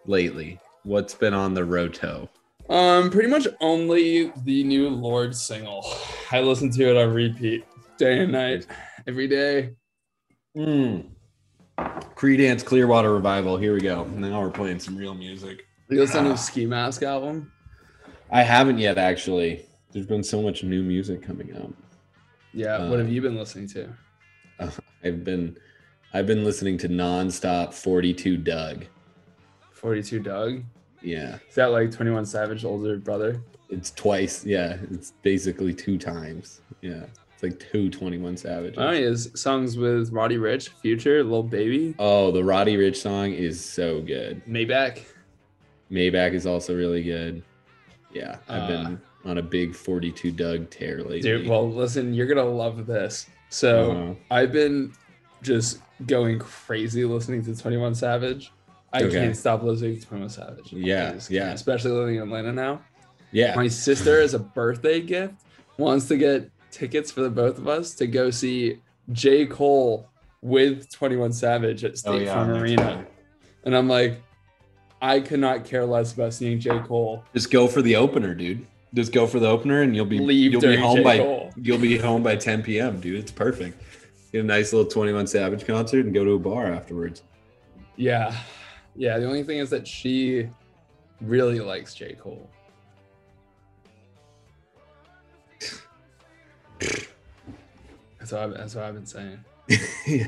Speaker 4: lately? What's been on the roto?
Speaker 3: Um, pretty much only the new Lord single. [sighs] I listen to it on repeat, day and night, every day.
Speaker 4: Mm. Creedance Clearwater Revival. Here we go. Now we're playing some real music.
Speaker 3: You listen
Speaker 4: Ah.
Speaker 3: to Ski Mask album?
Speaker 4: I haven't yet, actually. There's been so much new music coming out.
Speaker 3: Yeah.
Speaker 4: Uh,
Speaker 3: what have you been listening to?
Speaker 4: I've been, I've been listening to nonstop 42 Doug.
Speaker 3: Forty Two Doug.
Speaker 4: Yeah,
Speaker 3: Is that like Twenty One Savage older brother?
Speaker 4: it's twice. Yeah, it's basically two times. Yeah, it's like two 21 Savages.
Speaker 3: Oh, he has songs with Roddy Rich, Future, Lil Baby,
Speaker 4: Oh, the Roddy Rich song is so good.
Speaker 3: Maybach.
Speaker 4: Maybach is also really good. Yeah, I've been on a big 42 Doug tear lately.
Speaker 3: Uh, Dude, well, listen, you're gonna love this. So
Speaker 4: Uh-huh.
Speaker 3: I've been just going crazy listening to Twenty One Savage. I
Speaker 4: Okay.
Speaker 3: can't stop listening to Twenty One Savage.
Speaker 4: Yeah,
Speaker 3: I just
Speaker 4: yeah.
Speaker 3: can't, Especially living in Atlanta now.
Speaker 4: yeah,
Speaker 3: My sister, as a birthday gift, wants to get tickets for the both of us to go see J. Cole with 21 Savage
Speaker 4: Oh,
Speaker 3: at State Farm Arena. And I'm like, I could not care less about seeing J. Cole
Speaker 4: just go for the opener, dude. Just go for the opener, and you'll be
Speaker 3: leave
Speaker 4: you'll be
Speaker 3: during
Speaker 4: home
Speaker 3: J.
Speaker 4: by
Speaker 3: Cole.
Speaker 4: you'll be home by 10 p.m. Dude, it's perfect. Get a nice little 21 Savage concert and go to a bar afterwards. [laughs]
Speaker 3: Yeah. Yeah. The only thing is that she really likes J. Cole. [laughs] that's, what I've, that's what I've been saying.
Speaker 4: yeah.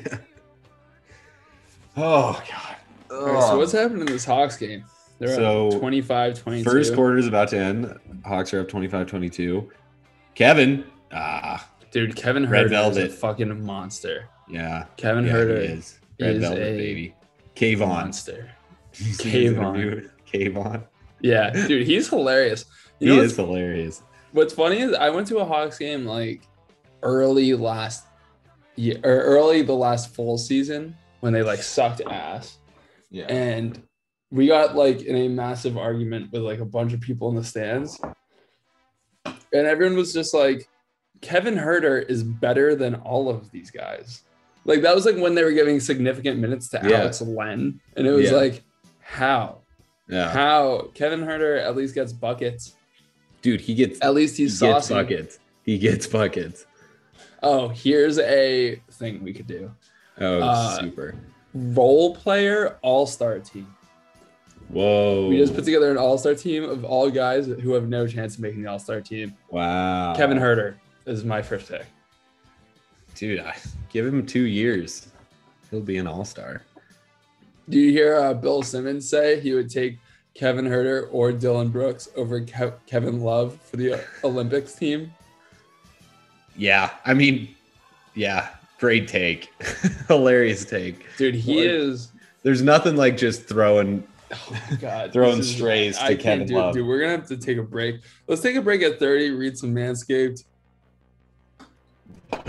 Speaker 4: Oh god.
Speaker 3: All right, so what's happening in this Hawks game? They're
Speaker 4: So,
Speaker 3: up 25 22.
Speaker 4: First quarter is about to end. Hawks are up 25-22. Kevin, ah,
Speaker 3: Dude, Kevin
Speaker 4: Red
Speaker 3: Herter is
Speaker 4: Velvet.
Speaker 3: a fucking monster.
Speaker 4: yeah.
Speaker 3: Kevin
Speaker 4: yeah,
Speaker 3: Herter
Speaker 4: he
Speaker 3: is
Speaker 4: is. Red
Speaker 3: is
Speaker 4: Velvet
Speaker 3: a
Speaker 4: baby. Kayvon.
Speaker 3: monster.
Speaker 4: Did you see his
Speaker 3: Kayvon.
Speaker 4: interview? Kayvon.
Speaker 3: Yeah, dude, he's hilarious. You
Speaker 4: He
Speaker 3: know what's,
Speaker 4: is hilarious.
Speaker 3: what's funny is I went to a Hawks game like early last year or early the last full season when they like sucked ass.
Speaker 4: Yeah.
Speaker 3: and we got like in a massive argument with like a bunch of people in the stands and everyone was just like kevin herder is better than all of these guys like that was like when they were giving significant minutes to
Speaker 4: Yeah.
Speaker 3: alex len and it was
Speaker 4: Yeah.
Speaker 3: like how
Speaker 4: yeah.
Speaker 3: how kevin herder at least gets buckets
Speaker 4: Dude, he gets
Speaker 3: at least
Speaker 4: he
Speaker 3: he's
Speaker 4: gets
Speaker 3: saucy
Speaker 4: buckets. He gets buckets.
Speaker 3: oh here's a thing we could do
Speaker 4: Oh,
Speaker 3: Uh,
Speaker 4: super.
Speaker 3: role player all-star team
Speaker 4: Whoa.
Speaker 3: We just put together an all star team of all guys who have no chance of making the all star team.
Speaker 4: wow.
Speaker 3: Kevin Herter is my first pick.
Speaker 4: Dude, I, give him two years. He'll be an all star.
Speaker 3: Do you hear uh, Bill Simmons say he would take Kevin Herter or Dylan Brooks over Kev- Kevin Love for the Olympics team?
Speaker 4: Yeah. I mean, yeah. Great take. [laughs] Hilarious take.
Speaker 3: Dude, he
Speaker 4: What?
Speaker 3: is.
Speaker 4: There's nothing like just throwing.
Speaker 3: Oh
Speaker 4: [laughs]
Speaker 3: my God,
Speaker 4: Throwing
Speaker 3: this is-
Speaker 4: strays to
Speaker 3: I can't
Speaker 4: Kevin
Speaker 3: do it,
Speaker 4: Love.
Speaker 3: Dude, we're gonna have to take a break. Let's take a break at thirty. Read some Manscaped.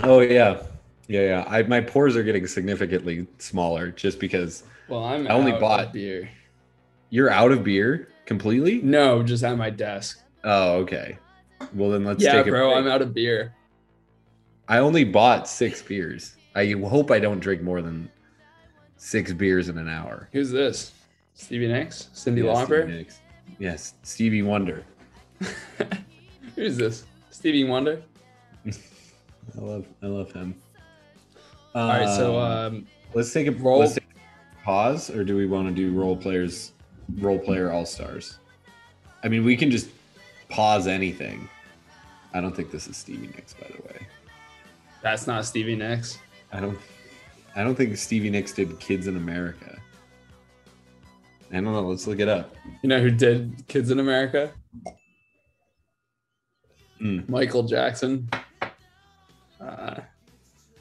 Speaker 4: Oh, yeah. Yeah. Yeah. I, my pores are getting significantly smaller just because
Speaker 3: Well, I'm.
Speaker 4: I only
Speaker 3: out of
Speaker 4: bought-
Speaker 3: beer.
Speaker 4: you're out of beer completely.
Speaker 3: No, just at my desk.
Speaker 4: Oh, okay. Well, then let's
Speaker 3: yeah,
Speaker 4: take a
Speaker 3: bro,
Speaker 4: break.
Speaker 3: I'm out of beer.
Speaker 4: I only bought six beers. I hope I don't drink more than six beers in an hour.
Speaker 3: Who's this? Stevie Nicks, Cindy
Speaker 4: Yes,
Speaker 3: Lauper.
Speaker 4: Stevie Nicks. Yes, Stevie Wonder.
Speaker 3: Who's this? Stevie Wonder.
Speaker 4: I love, I love him.
Speaker 3: All right, so um,
Speaker 4: let's take a
Speaker 3: roll-
Speaker 4: let's take a pause, or do we want to do role players, role player all stars? I mean, we can just pause anything. I don't think this is Stevie Nicks, by the way.
Speaker 3: that's not Stevie Nicks.
Speaker 4: I don't, I don't think Stevie Nicks did Kids in America. I don't know. Let's look it up.
Speaker 3: You know who did Kids in America?
Speaker 4: Mm.
Speaker 3: Michael Jackson. Uh,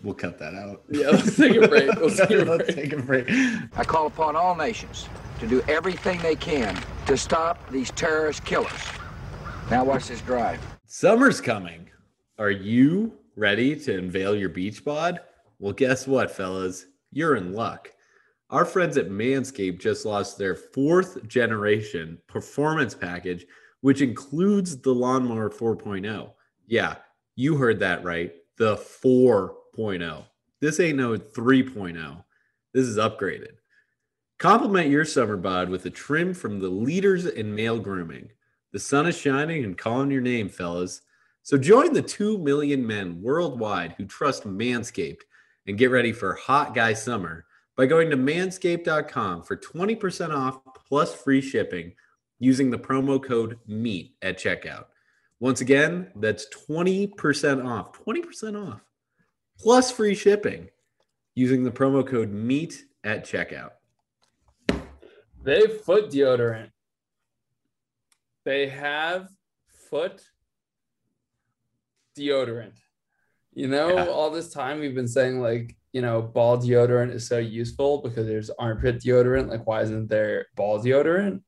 Speaker 4: We'll cut that out.
Speaker 3: yeah, let's take a
Speaker 4: [laughs]
Speaker 3: break. Let's take a
Speaker 4: Let's
Speaker 3: break.
Speaker 4: take a break.
Speaker 5: I call upon all nations to do everything they can to stop these terrorist killers. Now watch this drive.
Speaker 4: Summer's coming. Are you ready to unveil your beach bod? Well, guess what, fellas? You're in luck. Our friends at Manscaped just lost their fourth generation performance package, which includes the Lawnmower 4.0. Yeah, you heard that right. The 4.0. This ain't no 3.0. This is upgraded. Compliment your summer bod with a trim from the leaders in male grooming. The sun is shining and calling your name, fellas. So join the 2 million men worldwide who trust Manscaped and get ready for hot guy summer by going to manscaped.com for 20% off plus free shipping using the promo code MEAT at checkout. Once again, that's 20% off, 20% off plus free shipping using the promo code MEAT at checkout.
Speaker 3: They have foot deodorant. They have foot deodorant. You know,
Speaker 4: Yeah.
Speaker 3: all this time we've been saying like, you know, ball deodorant is so useful because there's armpit deodorant. Like, why isn't there ball deodorant?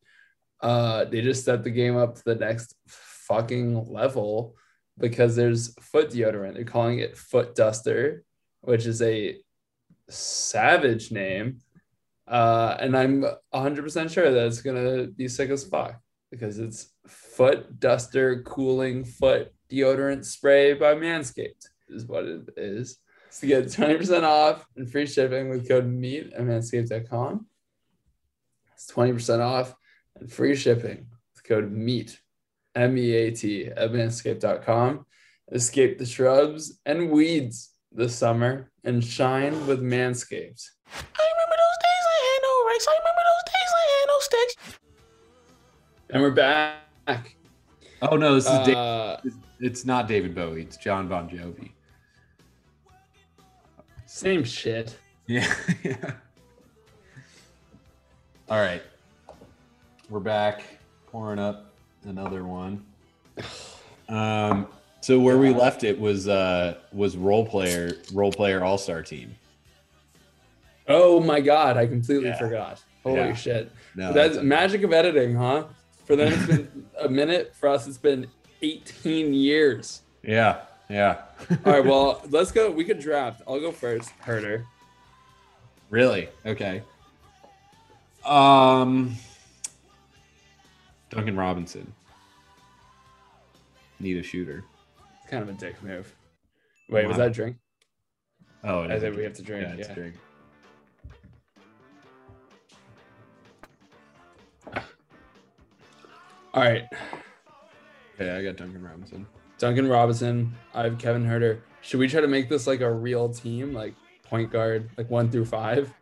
Speaker 3: Uh, they just stepped the game up to the next fucking level because there's foot deodorant. They're calling it foot duster, which is a savage name. Uh, and I'm 100% sure that it's going to be sick as fuck because it's foot duster cooling foot deodorant spray by Manscaped, is what it is. So get 20% off and free shipping with code MEAT at manscaped.com. It's 20% off and free shipping with code MEAT, M E A T, at manscaped.com. Escape the shrubs and weeds this summer and shine with Manscaped.
Speaker 6: I remember those days I had no right
Speaker 3: And we're back.
Speaker 4: Oh no, this is David.
Speaker 3: Uh,
Speaker 4: it's not David Bowie. It's John Bon Jovi.
Speaker 3: same shit.
Speaker 4: Yeah. [laughs] yeah. All right, we're back pouring up another one. Um, so where we left it was uh was role player role player all star team.
Speaker 3: Oh my god, I completely
Speaker 4: Yeah.
Speaker 3: forgot. Holy
Speaker 4: Yeah.
Speaker 3: shit.
Speaker 4: No,
Speaker 3: That's
Speaker 4: that's-
Speaker 3: magic of editing, huh? For them it's been a minute. For us it's been 18 years.
Speaker 4: Yeah, yeah.
Speaker 3: All right, well, let's go. We could draft. I'll go first. Herder.
Speaker 4: Really? Okay. Um, Duncan Robinson. Need a shooter.
Speaker 3: Kind of a dick move. Wait, was
Speaker 4: Wow.
Speaker 3: that a drink?
Speaker 4: Oh, it
Speaker 3: I
Speaker 4: is a
Speaker 3: think we have to drink.
Speaker 4: Yeah,
Speaker 3: Yeah,
Speaker 4: it's a drink.
Speaker 3: All right.
Speaker 4: Okay, I got Duncan Robinson.
Speaker 3: Duncan Robinson. I have Kevin Herder. Should we try to make this like a real team, like point guard, like one through five?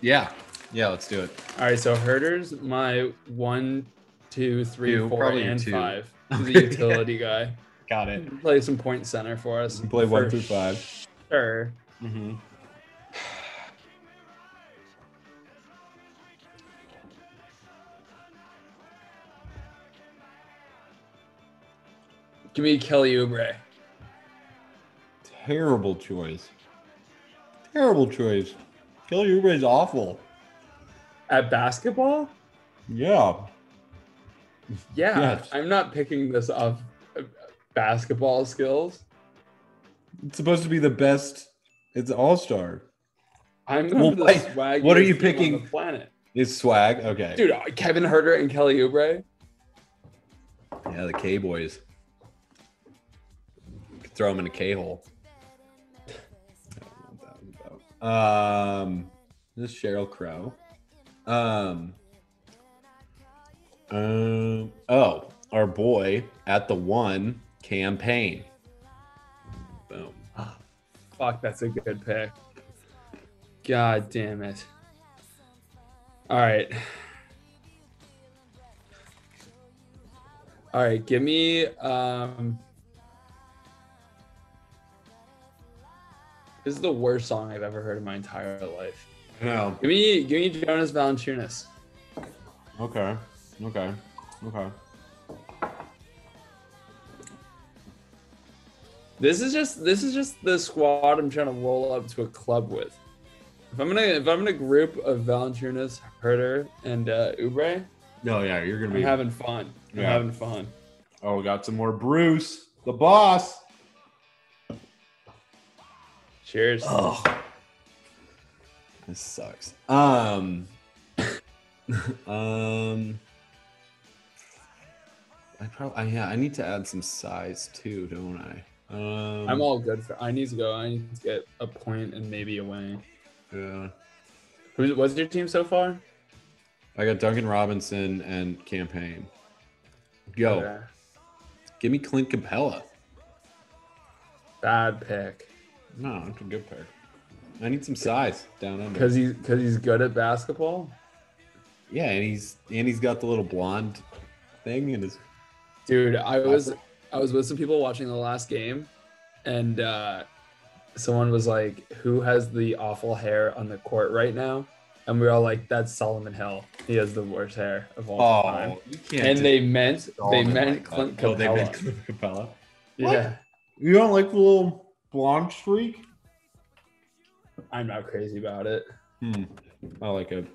Speaker 4: Yeah, yeah. Let's do it.
Speaker 3: All right, so Herder's my one, two, three,
Speaker 4: Two,
Speaker 3: four,
Speaker 4: probably
Speaker 3: and
Speaker 4: two. [laughs]
Speaker 3: five. He's a
Speaker 4: Okay.
Speaker 3: utility guy.
Speaker 4: Got it.
Speaker 3: Play some point center for us.
Speaker 4: Play one
Speaker 3: For
Speaker 4: through five.
Speaker 3: Sure.
Speaker 4: Mm-hmm.
Speaker 3: Give me Kelly Oubre.
Speaker 4: Terrible choice. Terrible choice. Kelly Oubre's awful.
Speaker 3: At basketball?
Speaker 4: Yeah.
Speaker 3: Yeah.
Speaker 4: Yes.
Speaker 3: I'm not picking this off uh, basketball skills.
Speaker 4: It's supposed to be the best. It's All Star.
Speaker 3: I'm going
Speaker 4: Well,
Speaker 3: for the
Speaker 4: wait,
Speaker 3: swag.
Speaker 4: what are you
Speaker 3: On
Speaker 4: picking?
Speaker 3: the planet.
Speaker 4: It's swag. Okay.
Speaker 3: Dude, uh, Kevin Herder and Kelly Oubre?
Speaker 4: Yeah, the K boys. Could throw them in a K hole. I don't know what that was about. Um, this is Cheryl Crow. Um, um, oh, our boy at the one campaign. Boom.
Speaker 3: Fuck, that's a good pick. God damn it. All right. All right, give me um This is the worst song I've ever heard in my entire life.
Speaker 4: No.
Speaker 3: Give me give me Jonas Valanciunas.
Speaker 4: Okay. Okay. Okay.
Speaker 3: This is just this is just the squad I'm trying to roll up to a club with. If I'm gonna if I'm in a group of Valanciunas, Herder, and uh, Ubre,
Speaker 4: No, Oh, yeah, you're gonna
Speaker 3: I'm
Speaker 4: be.
Speaker 3: having fun. I'm
Speaker 4: Yeah.
Speaker 3: having fun.
Speaker 4: oh, we got some more Bruce, the boss.
Speaker 3: Cheers.
Speaker 4: Oh, this sucks. Um, [coughs] um, I probably yeah. I need to add some size too, don't I? Um,
Speaker 3: I'm all good for. I need to go. I need to get a point and maybe a win.
Speaker 4: Yeah.
Speaker 3: Who's what's your team so far?
Speaker 4: I got Duncan Robinson and campaign. Yo,
Speaker 3: Okay.
Speaker 4: give me Clint Capella.
Speaker 3: Bad pick
Speaker 4: No, it's a good pair. I need some size down under.
Speaker 3: because he's because he's good at basketball.
Speaker 4: yeah, and he's and he's got the little blonde thing in his.
Speaker 3: Dude, I was I was with some people watching the last game, and uh, someone was like, "Who has the awful hair on the court right now?" And we were all like, "That's Solomon Hill. He has the worst hair of all time."
Speaker 4: you Oh, can't.
Speaker 3: And
Speaker 4: just-
Speaker 3: they meant they
Speaker 4: Solomon
Speaker 3: meant
Speaker 4: like that.
Speaker 3: Clint
Speaker 4: Oh,
Speaker 3: Capella.
Speaker 4: they meant Clint Capella.
Speaker 3: yeah,
Speaker 4: You don't like the little blonde streak?
Speaker 3: I'm not crazy about it.
Speaker 4: Hmm. I like it.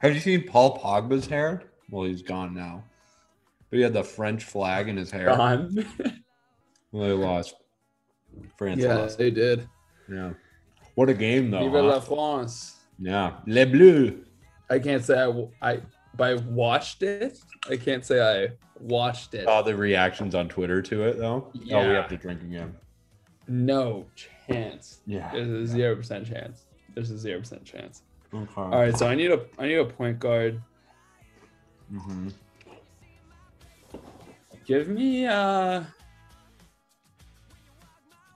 Speaker 4: Have you seen Paul Pogba's hair? Well, he's gone now. But he had the French flag in
Speaker 3: [laughs]
Speaker 4: his hair.
Speaker 3: Gone.
Speaker 4: Well, they lost. France
Speaker 3: yeah,
Speaker 4: lost.
Speaker 3: they did.
Speaker 4: Yeah. What a game, though.
Speaker 3: Vive la
Speaker 4: Huh?
Speaker 3: France.
Speaker 4: Yeah. Les Bleus.
Speaker 3: I can't say I, w- I by watched it. I can't say I watched it.
Speaker 4: Saw the reactions on Twitter to it, though. Oh, we
Speaker 3: Yeah.
Speaker 4: have to drink again.
Speaker 3: no chance.
Speaker 4: Yeah.
Speaker 3: There's a zero percent chance. There's a zero percent chance.
Speaker 4: Okay.
Speaker 3: All right, so I need a I need a point guard.
Speaker 4: Mm-hmm.
Speaker 3: Give me uh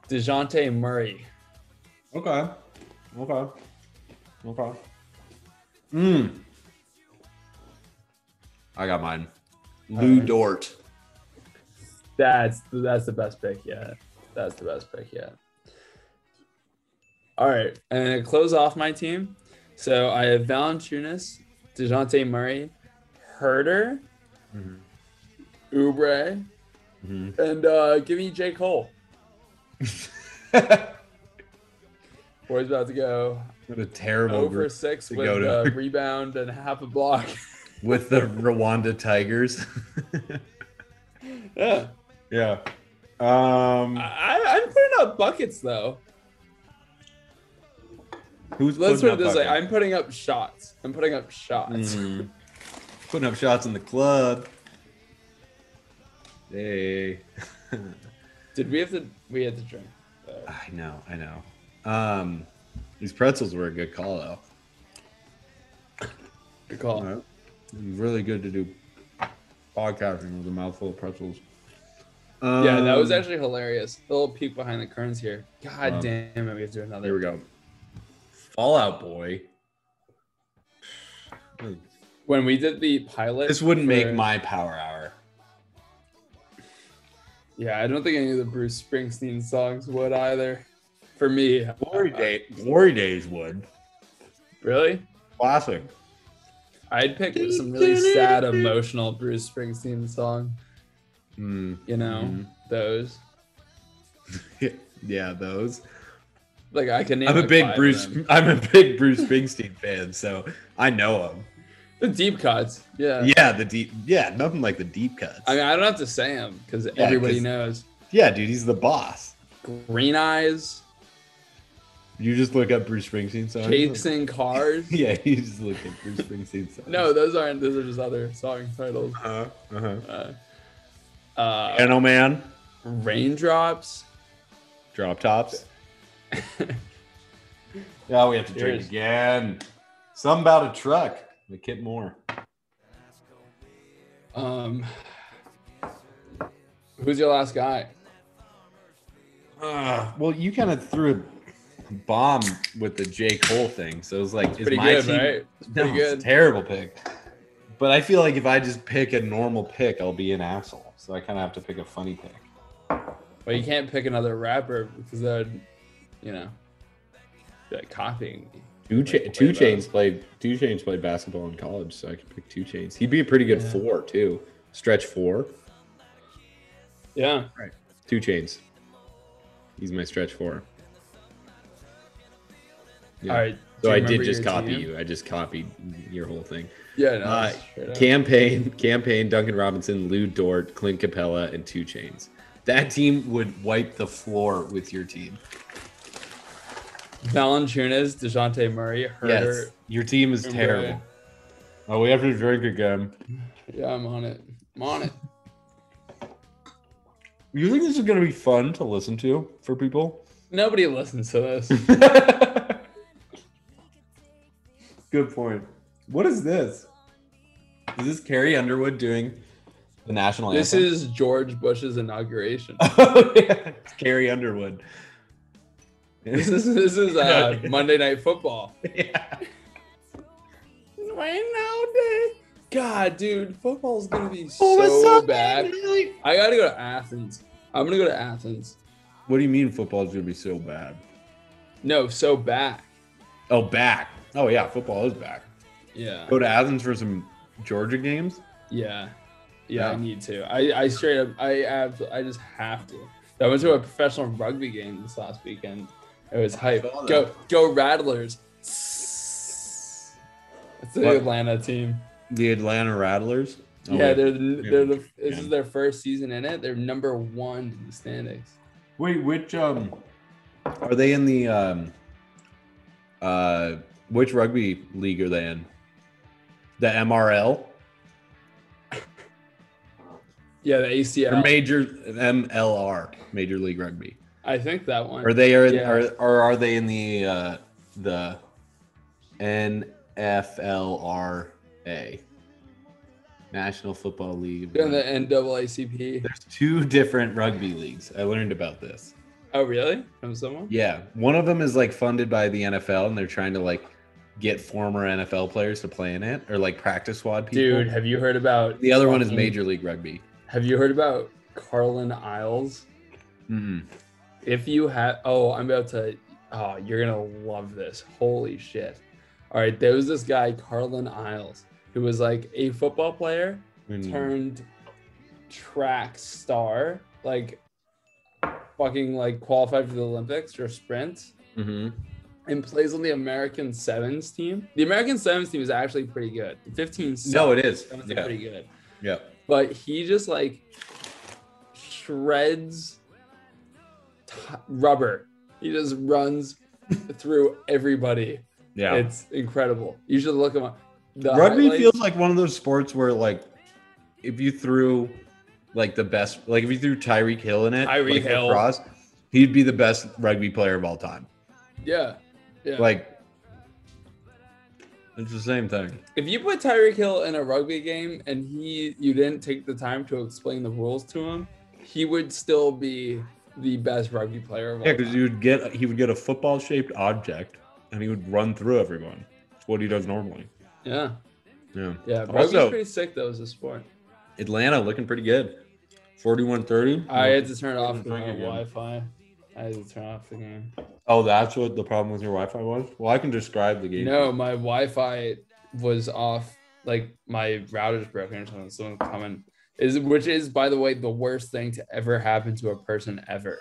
Speaker 3: DeJounte Murray.
Speaker 4: Okay. Okay. Okay. Mm. Hmm. I got mine. Lou Dort. [laughs]
Speaker 3: That's that's the best pick yet. That's the best pick yet. All right, and to close off my team, so I have Valanciunas, Dejounte Murray, Herder,
Speaker 4: Mhm.
Speaker 3: Oubre,
Speaker 4: Mhm.
Speaker 3: and uh, give me J Cole. Boy's about to go
Speaker 4: What a terrible
Speaker 3: over
Speaker 4: group
Speaker 3: six
Speaker 4: to
Speaker 3: with
Speaker 4: go [laughs]
Speaker 3: a
Speaker 4: to.
Speaker 3: rebound and half a block.
Speaker 4: with the Rwanda Tigers.
Speaker 3: yeah,
Speaker 4: [laughs] yeah. Um,
Speaker 3: I, I'm putting up buckets though.
Speaker 4: who's
Speaker 3: Let's put
Speaker 4: putting
Speaker 3: it
Speaker 4: up
Speaker 3: this way:
Speaker 4: buckets?
Speaker 3: I'm putting up shots. I'm putting up shots.
Speaker 4: Mhm. [laughs] Putting up shots in the club. Hey.
Speaker 3: Did we have to? We had to drink. though.
Speaker 4: I know, I know. Um, these pretzels were a good call though.
Speaker 3: Good call.
Speaker 4: All right. Really good to do podcasting with a mouthful of pretzels. Um,
Speaker 3: Yeah, that was actually hilarious. A little peek behind the curtains here. God
Speaker 4: Um,
Speaker 3: damn it, we have to do another.
Speaker 4: There we go. Fallout Boy.
Speaker 3: When we did the pilot,
Speaker 4: This wouldn't make
Speaker 3: for-
Speaker 4: my power hour.
Speaker 3: Yeah, I don't think any of the Bruce Springsteen songs would either. For me,
Speaker 4: Glory
Speaker 3: Uh,
Speaker 4: day, glory days would.
Speaker 3: Really,
Speaker 4: Classic.
Speaker 3: I'd pick some really sad, emotional Bruce Springsteen song.
Speaker 4: Mm,
Speaker 3: You know,
Speaker 4: Mhm.
Speaker 3: those.
Speaker 4: [laughs] yeah, those.
Speaker 3: Like I can. Name
Speaker 4: I'm a
Speaker 3: like
Speaker 4: big
Speaker 3: five of
Speaker 4: Bruce.
Speaker 3: them.
Speaker 4: I'm a big Bruce Springsteen fan, so I know him.
Speaker 3: The deep cuts. Yeah.
Speaker 4: Yeah, the deep. Yeah, nothing like the deep cuts.
Speaker 3: Uh, I mean, I don't have to say them because everybody
Speaker 4: 'cause-
Speaker 3: knows.
Speaker 4: yeah, dude, he's the boss.
Speaker 3: Green eyes,
Speaker 4: You just look up Bruce Springsteen songs.
Speaker 3: cakes and
Speaker 4: [laughs]
Speaker 3: cars. [laughs]
Speaker 4: Yeah, you just look up Bruce Springsteen songs.
Speaker 3: No, those aren't. Those are just other song titles.
Speaker 4: Uh-huh. Uh-huh.
Speaker 3: Uh, uh,
Speaker 4: Piano Man,
Speaker 3: raindrops.
Speaker 4: Drop
Speaker 3: [laughs]
Speaker 4: Tops. yeah, we have to drink
Speaker 3: Cheers.
Speaker 4: again. Something about a truck. The Kit Moore.
Speaker 3: Um, who's your last guy? Uh-huh.
Speaker 4: Uh, well, you kind of threw a bomb with the J. Cole thing. So it was like, is
Speaker 3: Pretty
Speaker 4: my
Speaker 3: good,
Speaker 4: team.
Speaker 3: right? It's
Speaker 4: No,
Speaker 3: pretty
Speaker 4: it's
Speaker 3: good.
Speaker 4: a terrible pick. But I feel like if I just pick a normal pick, I'll be an asshole. So I kind of have to pick a funny pick.
Speaker 3: but you can't pick another rapper because that would, you know, be like copying me.
Speaker 4: Two,
Speaker 3: Like,
Speaker 4: cha-
Speaker 3: way
Speaker 4: two
Speaker 3: back.
Speaker 4: chains played. Two chains played basketball in college, so I could pick two chains. He'd be a pretty good
Speaker 3: Yeah.
Speaker 4: four too. Stretch four,
Speaker 3: Yeah.
Speaker 4: two chains. He's my stretch four. Yeah.
Speaker 3: All right.
Speaker 4: So
Speaker 3: do
Speaker 4: I
Speaker 3: you
Speaker 4: did
Speaker 3: remember
Speaker 4: just
Speaker 3: your
Speaker 4: copy
Speaker 3: team?
Speaker 4: you. I just copied your whole thing.
Speaker 3: Yeah. No,
Speaker 4: Uh,
Speaker 3: that's straight up.
Speaker 4: campaign, [laughs] campaign. Duncan Robinson, Lou Dort, Clint Capella, and two chains. That team would wipe the floor with your team.
Speaker 3: Valanciunas, Dejounte Murray, Herder.
Speaker 4: Yes, your team is
Speaker 3: Umbre.
Speaker 4: terrible. Oh, we have to drink again.
Speaker 3: Yeah, I'm on it. I'm on it.
Speaker 4: You think this is going to be fun to listen to for people?
Speaker 3: Nobody listens to this.
Speaker 4: [laughs] Good point. What is this? Is this Carrie Underwood doing the national
Speaker 3: this
Speaker 4: anthem?
Speaker 3: is George Bush's inauguration.
Speaker 4: [laughs] oh, yeah. It's Carrie Underwood.
Speaker 3: This
Speaker 4: [laughs]
Speaker 3: is this is uh,
Speaker 4: Okay.
Speaker 3: Monday Night Football.
Speaker 4: yeah.
Speaker 3: God, dude, football's gonna be
Speaker 4: Oh, that's
Speaker 3: so
Speaker 4: so
Speaker 3: bad. I gotta go to Athens. I'm gonna go to Athens.
Speaker 4: What do you mean football's going to be so bad?
Speaker 3: No, so back.
Speaker 4: Oh, back. Oh, yeah. Football is back.
Speaker 3: Yeah,
Speaker 4: Go to Athens for some Georgia games?
Speaker 3: yeah, yeah.
Speaker 4: Yeah.
Speaker 3: I need to. I, I straight up. I ab- I just have to. I went to a professional rugby game this last weekend. It was hype.
Speaker 4: saw that.
Speaker 3: Go go Rattlers. It's the
Speaker 4: What?
Speaker 3: Atlanta team. the
Speaker 4: The Atlanta Rattlers? Oh,
Speaker 3: yeah, they're the,
Speaker 4: Yeah.
Speaker 3: they're the, this is
Speaker 4: Yeah.
Speaker 3: their first season in it. They're number one in the standings.
Speaker 4: Wait, which um are they in the um uh which rugby league are they in? The MRL?
Speaker 3: Yeah, the
Speaker 4: Or
Speaker 3: ACL.
Speaker 4: major MLR, Major League Rugby.
Speaker 3: I think that one.
Speaker 4: Are they are,
Speaker 3: Yeah.
Speaker 4: are or are they in the uh the NFLRA? National Football League.
Speaker 3: They're in the NAACP.
Speaker 4: There's two different rugby leagues. I learned about this.
Speaker 3: Oh, really? From someone?
Speaker 4: Yeah, one of them is like funded by the NFL, and they're trying to like get former NFL players to play in it or like practice squad people.
Speaker 3: Dude, have you heard about
Speaker 4: the other one is
Speaker 3: fucking-
Speaker 4: Major League Rugby.
Speaker 3: Have you heard about Carlin Isles?
Speaker 4: Mm-mm.
Speaker 3: If you have, oh, I'm about to, oh, you're gonna love this. Holy shit! All right, there was this guy Carlin Isles who was like a football player
Speaker 4: Mm.
Speaker 3: turned track star, like fucking like qualified for the Olympics or sprint,
Speaker 4: Mhm.
Speaker 3: Mm-hmm. and plays on the American Sevens team. The American Sevens team is actually pretty good. The 15
Speaker 4: No, it is.
Speaker 3: Sevens are
Speaker 4: Yeah.
Speaker 3: pretty good
Speaker 4: yeah.
Speaker 3: but he just like shreds t- rubber. He just
Speaker 4: [laughs]
Speaker 3: runs through everybody.
Speaker 4: Yeah.
Speaker 3: It's incredible. You should look him up. The
Speaker 4: Rugby
Speaker 3: highlights-
Speaker 4: feels like one of those sports where like if you threw like the best like if you threw Tyreek Hill in it,
Speaker 3: Tyreek
Speaker 4: like,
Speaker 3: Hill.
Speaker 4: lacrosse, he'd be the best rugby player of all time.
Speaker 3: yeah, yeah.
Speaker 4: Like it's the same thing.
Speaker 3: if you put Tyreek Hill in a rugby game and he you didn't take the time to explain the rules to him, he would still be the best rugby player of all
Speaker 4: Yeah,
Speaker 3: time.
Speaker 4: because you would get he would get a football shaped object and he would run through everyone. It's what he does normally.
Speaker 3: yeah,
Speaker 4: Yeah.
Speaker 3: yeah. Rugby's
Speaker 4: Also-
Speaker 3: pretty sick though as a sport.
Speaker 4: Atlanta looking pretty good. Forty one thirty.
Speaker 3: I had to turn off my
Speaker 4: Drink again.
Speaker 3: Wi-Fi. I had to turn off the game.
Speaker 4: Oh, that's what the problem with your Wi Fi was? Well I can describe the game.
Speaker 3: No, my Wi-Fi was off. Like my router's broken or something. Someone's coming. Is which is by the way the worst thing to ever happen to a person ever.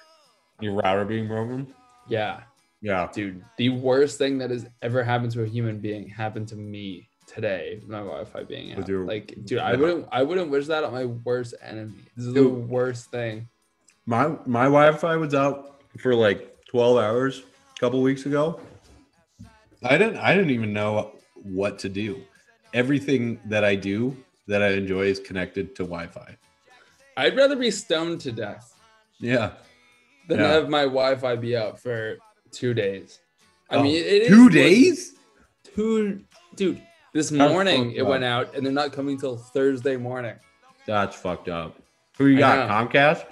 Speaker 4: Your router being broken?
Speaker 3: Yeah,
Speaker 4: Yeah.
Speaker 3: dude, the worst thing that has ever happened to a human being happened to me today. with My Wi-Fi being
Speaker 4: With
Speaker 3: out.
Speaker 4: your-
Speaker 3: like, dude, I
Speaker 4: Yeah.
Speaker 3: wouldn't, I wouldn't wish that on my worst enemy. This is the
Speaker 4: Dude.
Speaker 3: worst thing.
Speaker 4: My my Wi-Fi was out for like 12 hours a couple weeks ago. I didn't I didn't even know what to do. Everything that I do that I enjoy is connected to Wi-Fi.
Speaker 3: I'd rather be stoned to death
Speaker 4: Yeah.
Speaker 3: than
Speaker 4: Yeah.
Speaker 3: have my Wi-Fi be out for two days. I
Speaker 4: Oh,
Speaker 3: mean, it is
Speaker 4: two
Speaker 3: what-
Speaker 4: days?
Speaker 3: two dude this
Speaker 4: That's
Speaker 3: morning
Speaker 4: fucked
Speaker 3: it
Speaker 4: up.
Speaker 3: went out and they're not coming till thursday morning
Speaker 4: That's fucked up. Who you
Speaker 3: I
Speaker 4: got? Comcast?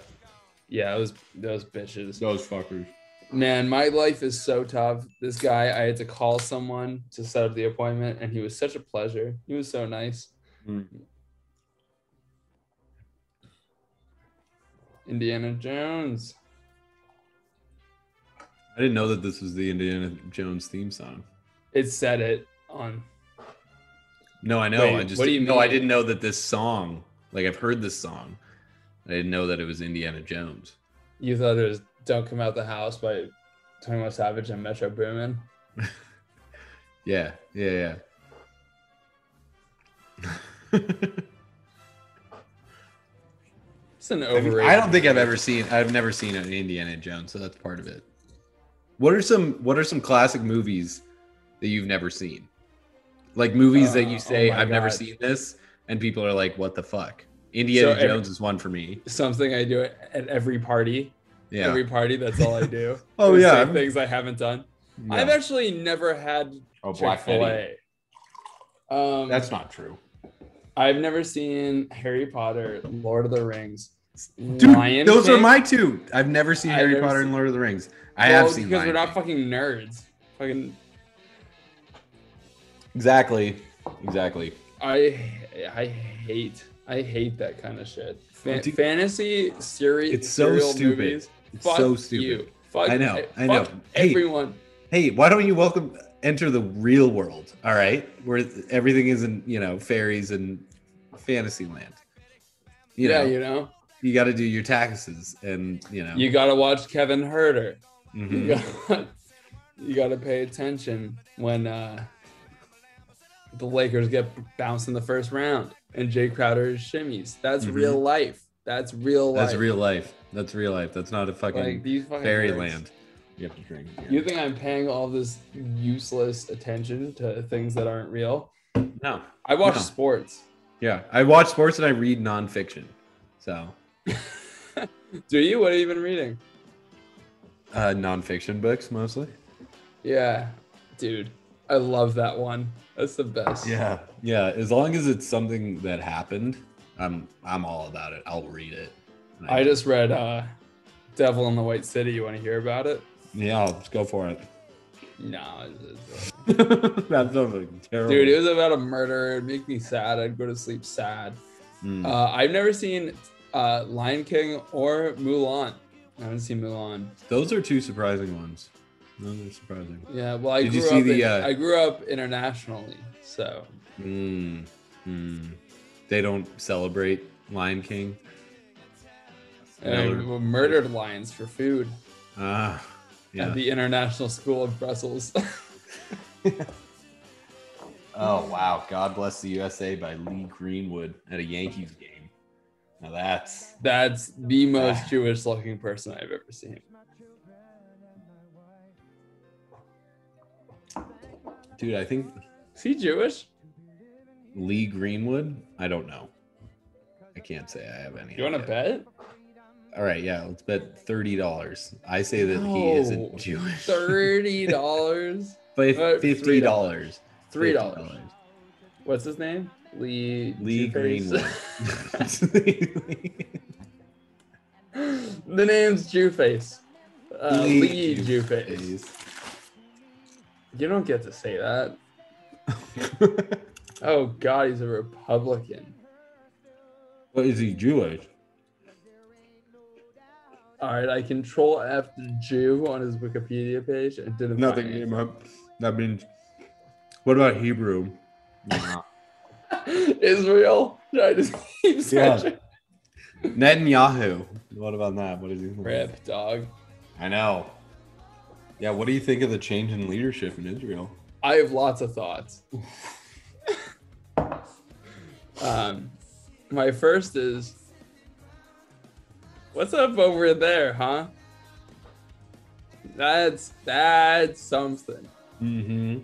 Speaker 3: yeah those those bitches
Speaker 4: Those fuckers.
Speaker 3: man my life is so tough this guy i had to call someone to set up the appointment and he was such a pleasure he was so nice
Speaker 4: Mm.
Speaker 3: indiana jones
Speaker 4: I didn't know that this was the Indiana Jones theme song.
Speaker 3: it said it on
Speaker 4: No, I know.
Speaker 3: Wait,
Speaker 4: I just
Speaker 3: what do you
Speaker 4: no, I
Speaker 3: mean?
Speaker 4: didn't know that this song. Like I've heard this song. I didn't know that it was Indiana Jones.
Speaker 3: you thought it was don't come out the house by 21 savage and metro boomin
Speaker 4: Yeah, yeah, yeah. [laughs]
Speaker 3: it's an
Speaker 4: I, mean,
Speaker 3: overrated
Speaker 4: I don't think I've ever seen. I've never seen an Indiana Jones, so that's part of it. What are some What are some classic movies that you've never seen? Like movies
Speaker 3: Uh,
Speaker 4: that
Speaker 3: oh
Speaker 4: you say
Speaker 3: my
Speaker 4: I've never
Speaker 3: God.
Speaker 4: seen this, and people are like, "What the fuck?" Indiana
Speaker 3: So every-
Speaker 4: Jones is one for me.
Speaker 3: something i do at at every party
Speaker 4: Yeah.
Speaker 3: every party. That's all I do.
Speaker 4: [laughs] Oh,
Speaker 3: Those
Speaker 4: yeah.
Speaker 3: same things I haven't done.
Speaker 4: Yeah.
Speaker 3: I've actually never had
Speaker 4: oh,
Speaker 3: Chick Fil A. Um,
Speaker 4: That's not true.
Speaker 3: I've never seen Harry Potter, Lord of the Rings,
Speaker 4: Dude,
Speaker 3: Lion
Speaker 4: those are
Speaker 3: King.
Speaker 4: my two. I've never seen
Speaker 3: I've
Speaker 4: Harry
Speaker 3: never
Speaker 4: Potter
Speaker 3: seen-
Speaker 4: and Lord of the Rings. I
Speaker 3: Well,
Speaker 4: have
Speaker 3: it's
Speaker 4: seen
Speaker 3: because we're not
Speaker 4: Lion King.
Speaker 3: fucking nerds. Fucking,
Speaker 4: Exactly. Exactly.
Speaker 3: I, I hate, I hate that kind of shit. Fan-
Speaker 4: Dude.
Speaker 3: fantasy series.
Speaker 4: It's so
Speaker 3: serial
Speaker 4: stupid.
Speaker 3: Movies,
Speaker 4: It's
Speaker 3: fuck
Speaker 4: so stupid.
Speaker 3: You. Fuck,
Speaker 4: I know, I know.
Speaker 3: fuck
Speaker 4: Hey.
Speaker 3: Everyone.
Speaker 4: Hey, why don't you welcome enter the real world? All right, where everything is in you know fairies and fantasy land. You
Speaker 3: yeah,
Speaker 4: know,
Speaker 3: you know.
Speaker 4: you got to do your taxes and you know.
Speaker 3: You gotta watch Kevin Herder.
Speaker 4: Mhm.
Speaker 3: you got you got to pay attention when uh, the Lakers get bounced in the first round and Jay Crowder's shimmies. That's
Speaker 4: Mhm.
Speaker 3: real life. That's real life.
Speaker 4: That's real life. That's real life. That's not a fucking
Speaker 3: these fucking
Speaker 4: fairy
Speaker 3: nerds.
Speaker 4: land. You have to drink. again.
Speaker 3: You think I'm paying all this useless attention to things that aren't real?
Speaker 4: no?
Speaker 3: I watch
Speaker 4: No.
Speaker 3: sports.
Speaker 4: Yeah, I watch sports and I read nonfiction. So
Speaker 3: Do you? What have you been reading?
Speaker 4: uh, nonfiction books mostly.
Speaker 3: Yeah, dude, I love that one. That's the best.
Speaker 4: Yeah, yeah. As long as it's something that happened, I'm I'm all about it. I'll read it. And
Speaker 3: I just read uh, "Devil in the White City." You want to hear about it?
Speaker 4: yeah, let's go for it.
Speaker 3: No, it's- it's-
Speaker 4: [laughs] that sounds like terrible.
Speaker 3: Dude, it was about a murder. It'd make me sad. I'd go to sleep sad.
Speaker 4: Mm.
Speaker 3: Uh, I've never seen uh, Lion King or Mulan. I haven't seen Mulan.
Speaker 4: Those are two surprising ones. Those are surprising.
Speaker 3: Yeah, well, I
Speaker 4: Did you
Speaker 3: grew
Speaker 4: see
Speaker 3: up.
Speaker 4: the,
Speaker 3: in-
Speaker 4: uh,
Speaker 3: I grew up internationally, so Hmm.
Speaker 4: Mm. Mm. They don't celebrate Lion King.
Speaker 3: and I
Speaker 4: Murder.
Speaker 3: murdered lions for food
Speaker 4: Ah,
Speaker 3: at
Speaker 4: yeah.
Speaker 3: the International School of Brussels. [laughs]
Speaker 4: Oh wow! God bless the USA by Lee Greenwood at a Yankees game. Now that's
Speaker 3: That's the
Speaker 4: Ah.
Speaker 3: most Jewish-looking person I've ever seen.
Speaker 4: dude. I think
Speaker 3: Is he Jewish?
Speaker 4: Lee Greenwood. I don't know. I can't say I have any.
Speaker 3: You want to
Speaker 4: idea.
Speaker 3: bet?
Speaker 4: All right, yeah. Let's bet thirty dollars. I say that he isn't
Speaker 3: No.
Speaker 4: Jewish. [laughs]
Speaker 3: Thirty dollars.
Speaker 4: But
Speaker 3: Uh,
Speaker 4: fifty dollars.
Speaker 3: Three dollars. What's his name? Lee.
Speaker 4: Lee
Speaker 3: Two-Face? [laughs]
Speaker 4: Greenwood. [laughs]
Speaker 3: the name's Jewface. [laughs] Uh, Lee Jewface.
Speaker 4: Jewface.
Speaker 3: You don't get to say that.
Speaker 4: [laughs]
Speaker 3: Oh God, he's a Republican.
Speaker 4: But is he Jewish?
Speaker 3: All right, I control F the Jew on his Wikipedia page and didn't.
Speaker 4: Nothing
Speaker 3: find
Speaker 4: came up. That means. What about Hebrew?
Speaker 3: anything. [laughs] Israel. Should I just keep
Speaker 4: Yeah.
Speaker 3: searching?
Speaker 4: Netanyahu. What about that? What is he?
Speaker 3: Rip, dog.
Speaker 4: I know. Yeah. What do you think of the change in leadership in Israel?
Speaker 3: I have lots of thoughts. um, my first is, what's up over there, huh? That's that's something.
Speaker 4: Mm-hmm.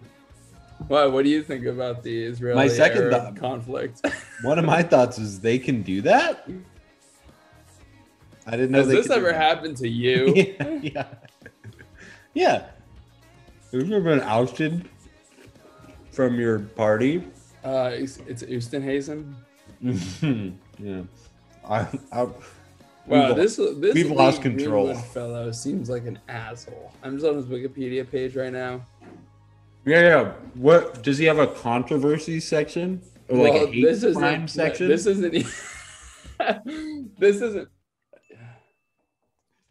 Speaker 3: What What do you think about the Israeli
Speaker 4: second
Speaker 3: Arab
Speaker 4: thought- [laughs]
Speaker 3: conflict?
Speaker 4: One of my thoughts is they can do that. I didn't know
Speaker 3: Has
Speaker 4: they
Speaker 3: this
Speaker 4: could do
Speaker 3: ever
Speaker 4: that.
Speaker 3: happened to you?
Speaker 4: [laughs] yeah, yeah. Yeah. Have you ever been ousted from your party?
Speaker 3: Uh, it's, it's Ustenhazen.
Speaker 4: Hmm, yeah. I, I,
Speaker 3: Wow,
Speaker 4: We've
Speaker 3: this this
Speaker 4: we've lost
Speaker 3: Lee
Speaker 4: control.
Speaker 3: Greenwood fellow seems like an asshole. I'm just on his Wikipedia page right now.
Speaker 4: yeah, yeah. What does he have a controversy section? Or like
Speaker 3: Well,
Speaker 4: a hate
Speaker 3: this isn't-
Speaker 4: crime section?
Speaker 3: This isn't. e- [laughs] this isn't.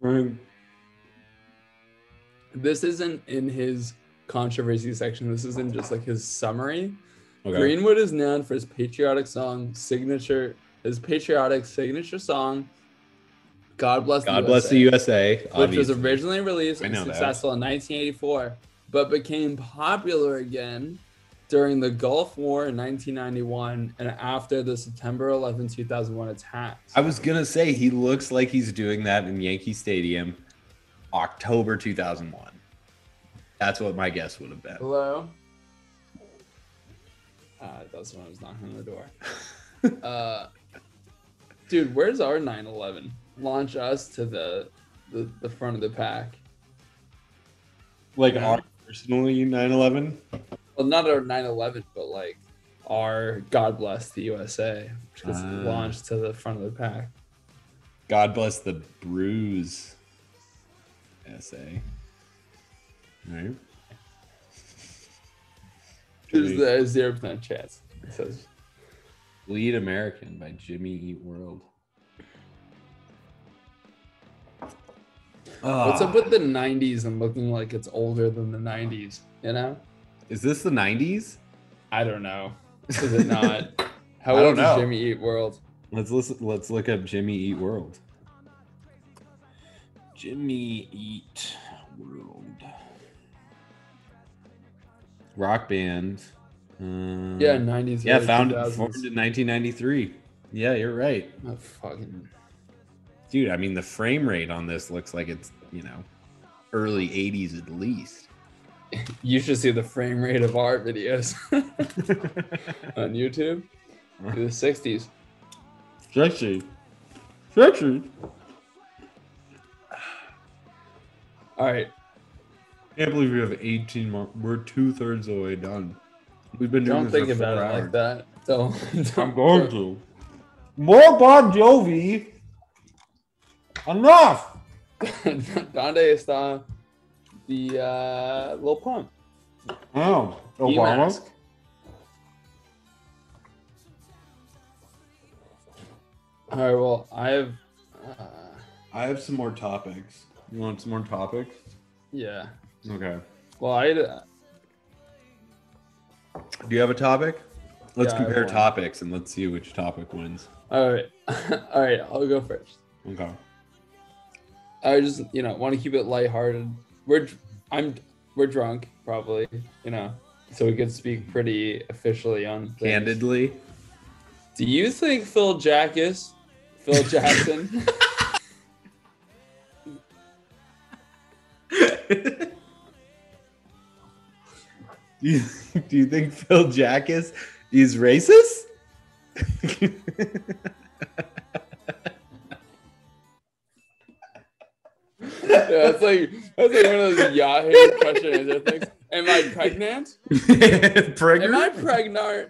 Speaker 4: Um,
Speaker 3: This isn't in his controversy section. This isn't just like his summary.
Speaker 4: okay.
Speaker 3: Greenwood is known for his patriotic song signature. His patriotic signature song, "God Bless
Speaker 4: God
Speaker 3: the USA,
Speaker 4: bless the USA.
Speaker 3: which was
Speaker 4: obviously.
Speaker 3: originally released
Speaker 4: I
Speaker 3: and
Speaker 4: know that.
Speaker 3: successful in 1984, but became popular again during the Gulf War in 1991 and after the September 11, 2001 attacks.
Speaker 4: I was gonna say he looks like he's doing that in Yankee Stadium, October two thousand one. That's what my guess would have been.
Speaker 3: Hello. Uh, that's when I was knocking on the door. [laughs] uh, dude, where's our 911? Launch us to the, the the front of the pack.
Speaker 4: Like
Speaker 3: Yeah.
Speaker 4: our personally 9/11.
Speaker 3: Well, not our 911, but like our God bless the USA, which gets
Speaker 4: Ah.
Speaker 3: launched to the front of the pack.
Speaker 4: God bless the bruise. Essay. Right.
Speaker 3: There's
Speaker 4: Jimmy.
Speaker 3: the zero percent chance. It says
Speaker 4: Bleed American by Jimmy Eat World.
Speaker 3: Uh, What's
Speaker 4: Ah,
Speaker 3: up with the 90s and looking like it's older than the 90s? You know?
Speaker 4: Is this the 90s?
Speaker 3: I don't know. Is it not?
Speaker 4: [laughs]
Speaker 3: How
Speaker 4: I don't
Speaker 3: old is
Speaker 4: know.
Speaker 3: Jimmy Eat World?
Speaker 4: Let's listen, let's look up Jimmy Eat World. Jimmy Eat World. Rock band. Uh,
Speaker 3: Yeah, 90s.
Speaker 4: yeah,
Speaker 3: early
Speaker 4: founded,
Speaker 3: 2000s.
Speaker 4: formed in 1993. Yeah, you're right,
Speaker 3: Oh, fucking.
Speaker 4: dude. I mean, the frame rate on this looks like it's you know early 80s at least. [laughs]
Speaker 3: You should see the frame rate of our videos [laughs] on YouTube. Through The 60s.
Speaker 4: Stretchy, stretchy.
Speaker 3: All right.
Speaker 4: Can't believe we have 18 more. We're two thirds of the way done. We've been doing
Speaker 3: Don't think
Speaker 4: this for
Speaker 3: about
Speaker 4: four
Speaker 3: it
Speaker 4: hours.
Speaker 3: like that. Don't, don't,
Speaker 4: I'm going to. More Bon Jovi. Enough.
Speaker 3: [laughs] Donde está the uh, Lil Pump?
Speaker 4: Oh, Obama.
Speaker 3: E-mask. All right. Well, I've. Uh,
Speaker 4: I have some more topics. You want some more topics?
Speaker 3: yeah.
Speaker 4: Okay.
Speaker 3: Well, I. Uh,
Speaker 4: Do you have a topic? Let's
Speaker 3: Yeah, I have
Speaker 4: compare
Speaker 3: one.
Speaker 4: topics and let's see which topic wins.
Speaker 3: all right. [laughs] all right. I'll go first.
Speaker 4: Okay.
Speaker 3: I just you know want to keep it lighthearted. We're dr- I'm we're drunk probably you know so we could speak pretty officially on things.
Speaker 4: Candidly, [laughs]
Speaker 3: Do you think Phil Jackis,
Speaker 4: [laughs]
Speaker 3: Phil Jackson,
Speaker 4: do you, do you think Phil Jackis
Speaker 3: [laughs]
Speaker 4: is racist?
Speaker 3: yeah, that's like that's like one of those Yahoo question and answer things. Am I pregnant? Am I
Speaker 4: Pregnant?
Speaker 3: pregnant?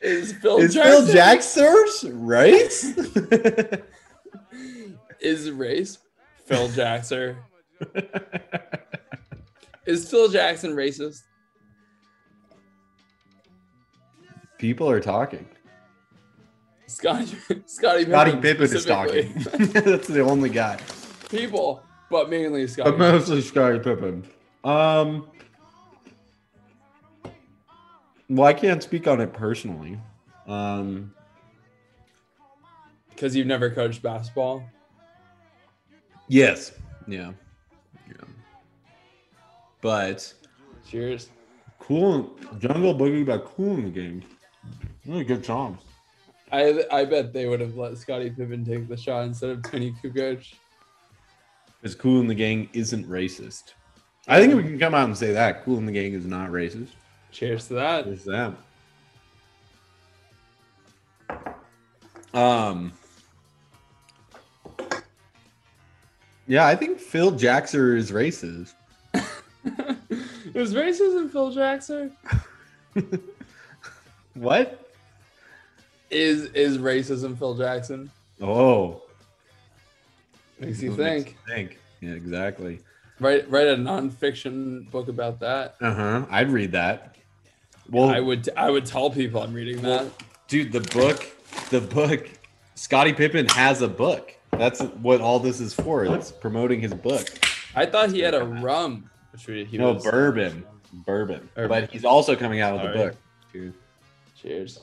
Speaker 3: Is Phil
Speaker 4: Is
Speaker 3: Jackson
Speaker 4: Phil Jackson race?
Speaker 3: is race? Phil Jackson is Phil Jackson racist?
Speaker 4: People are talking.
Speaker 3: [laughs] Scotty Scotty
Speaker 4: Scotty Pippen is
Speaker 3: specifically.
Speaker 4: talking. [laughs] That's the only guy.
Speaker 3: people, but mainly Scotty.
Speaker 4: But mostly Scotty Pippen. Um, well, I can't speak on it personally. Um,
Speaker 3: Because you've never coached basketball.
Speaker 4: yes. Yeah. Yeah. But
Speaker 3: Cheers.
Speaker 4: cool Jungle Boogie by cool in the game. Really good songs.
Speaker 3: I I bet they would have let Scottie Pippen take the shot instead of Tony Kukoc.
Speaker 4: Because Cool in the Gang isn't racist. I think we can come out and say that. Cool in the Gang is not racist.
Speaker 3: Cheers to that.
Speaker 4: There's that. Um. Yeah, I think Phil Jaxer is racist.
Speaker 3: [laughs] Is racism Phil Jackson?
Speaker 4: What?
Speaker 3: Is is racism Phil Jackson?
Speaker 4: Oh,
Speaker 3: Makes you think.
Speaker 4: Think. Yeah, exactly.
Speaker 3: Write write a nonfiction book about that.
Speaker 4: Uh huh. I'd read that. Well,
Speaker 3: I would I would tell people I'm reading that.
Speaker 4: dude, the book, the book. Scottie Pippen has a book. That's what all this is for. It's promoting his book.
Speaker 3: I thought he had a rum. Which we- he
Speaker 4: no
Speaker 3: was-
Speaker 4: bourbon, bourbon.
Speaker 3: Bourbon.
Speaker 4: But he's also coming out with a
Speaker 3: All right. [laughs]
Speaker 4: book. Dude.
Speaker 3: Cheers.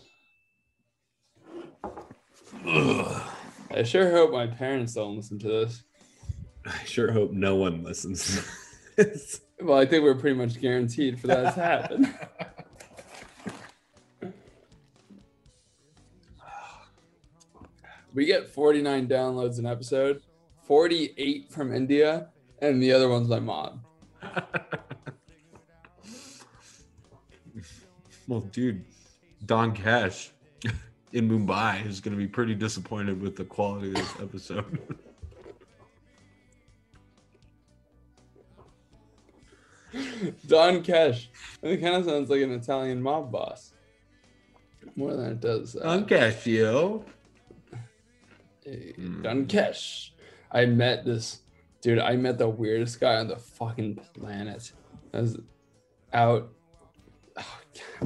Speaker 3: I sure hope my parents don't listen to this.
Speaker 4: I sure hope no one listens.
Speaker 3: Well, I think we're pretty much guaranteed for that to happen. we get 49 downloads an episode, 48 from India, and the other one's my mom.
Speaker 4: [laughs] well, dude, Don Cash in Mumbai is going to be pretty disappointed with the quality of this episode. [laughs]
Speaker 3: Don Kesh. It kind of sounds like an Italian mob boss. More than it does. Uh,
Speaker 4: Don Cash, yo. Mm.
Speaker 3: Don Kesh. I met this dude. I met the weirdest guy on the fucking planet. I was out. [sighs]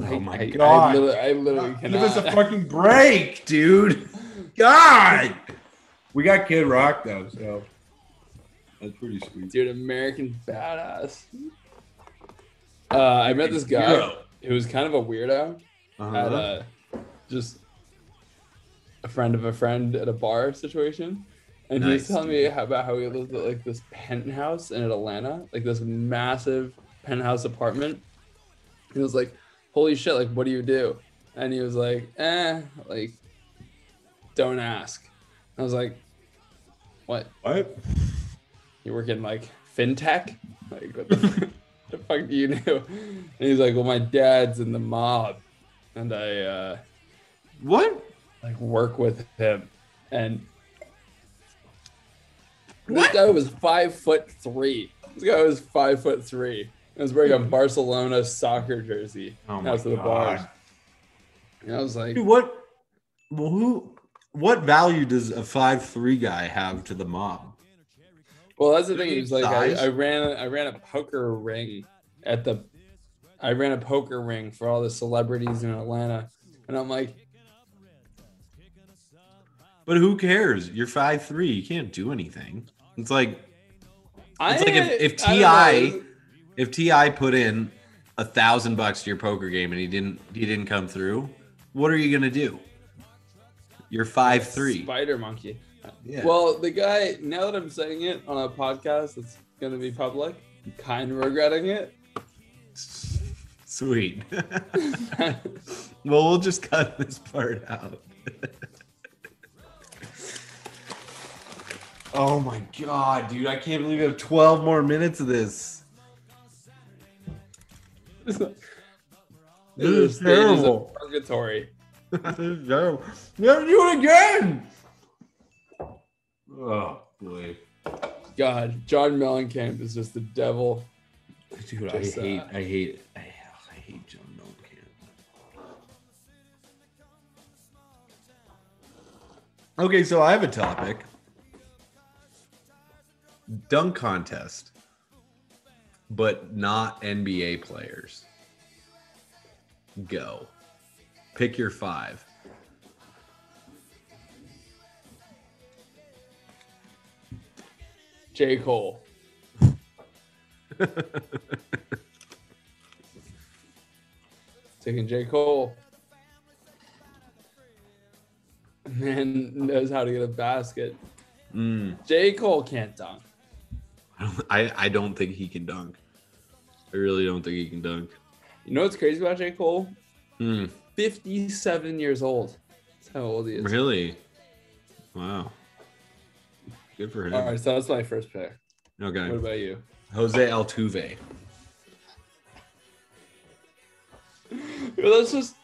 Speaker 3: Oh, God,
Speaker 4: Oh my
Speaker 3: I,
Speaker 4: God.
Speaker 3: I literally, I literally
Speaker 4: [laughs] Give us a
Speaker 3: cannot.
Speaker 4: fucking break, dude. God. We got Kid Rock, though, so that's pretty
Speaker 3: [laughs]
Speaker 4: sweet.
Speaker 3: dude, American badass. Uh, I met this guy
Speaker 4: Hero.
Speaker 3: who was kind of a weirdo at
Speaker 4: Uh-huh.
Speaker 3: a just a friend of a friend at a bar situation. And he was
Speaker 4: Nice,
Speaker 3: telling me how, about how he lived at like this penthouse in Atlanta, like this massive penthouse apartment. He was like, "Holy shit! Like, what do you do?" And he was like, "Eh, like, don't ask." I was like, "What?
Speaker 4: What?
Speaker 3: You work in like fintech? Like, what the, [laughs] the fuck do you do?" And he's like, "Well, my dad's in the mob, and I uh,
Speaker 4: What?
Speaker 3: like work with him and this guy was five foot three this guy was five foot three and was wearing a barcelona soccer jersey
Speaker 4: Oh my
Speaker 3: out to the
Speaker 4: God.
Speaker 3: bar and i was like
Speaker 4: Dude, what? Well, who? What value does a five three guy have to the mob?
Speaker 3: well that's the thing he was like I,
Speaker 4: Size?
Speaker 3: I ran i ran a poker ring at the I ran a poker ring for all the celebrities in Atlanta, and I'm like,
Speaker 4: But who cares? You're five three. You can't do anything. It's like
Speaker 3: I,
Speaker 4: it's like if, if
Speaker 3: I don't
Speaker 4: Ti
Speaker 3: know.
Speaker 4: if Ti put in a thousand bucks to your poker game and he didn't he didn't come through, what are you gonna do? You're five three.
Speaker 3: Spider Monkey.
Speaker 4: Yeah.
Speaker 3: Well, the guy, now that I'm saying it on a podcast that's going to be public, I'm kind of regretting it. [laughs]
Speaker 4: sweet. well, we'll just cut this part out. oh my god, dude! I can't believe we have twelve more minutes of this.
Speaker 3: These are stages of
Speaker 4: [laughs] terrible.
Speaker 3: Purgatory.
Speaker 4: no, never do it again. Oh boy,
Speaker 3: God, John Mellencamp is just the devil.
Speaker 4: dude!
Speaker 3: Just, uh,
Speaker 4: I hate, I, I hate John Mellencamp. Okay, so I have a topic: dunk contest, but not NBA players. Go, pick your five.
Speaker 3: J.
Speaker 4: [laughs]
Speaker 3: Cole. Taking J. Cole. Man knows how to get a basket.
Speaker 4: Mm. [laughs]
Speaker 3: J. Cole can't dunk.
Speaker 4: I don't- I, I don't think he can dunk. I really don't think he can dunk.
Speaker 3: You know what's crazy about J. Cole?
Speaker 4: Hmm,
Speaker 3: 57 years old. That's how old he is.
Speaker 4: really? Wow. Good for him.
Speaker 3: All right, so that's my first pick.
Speaker 4: Okay.
Speaker 3: What about you?
Speaker 4: Jose Altuve.
Speaker 3: [laughs] Well, that's just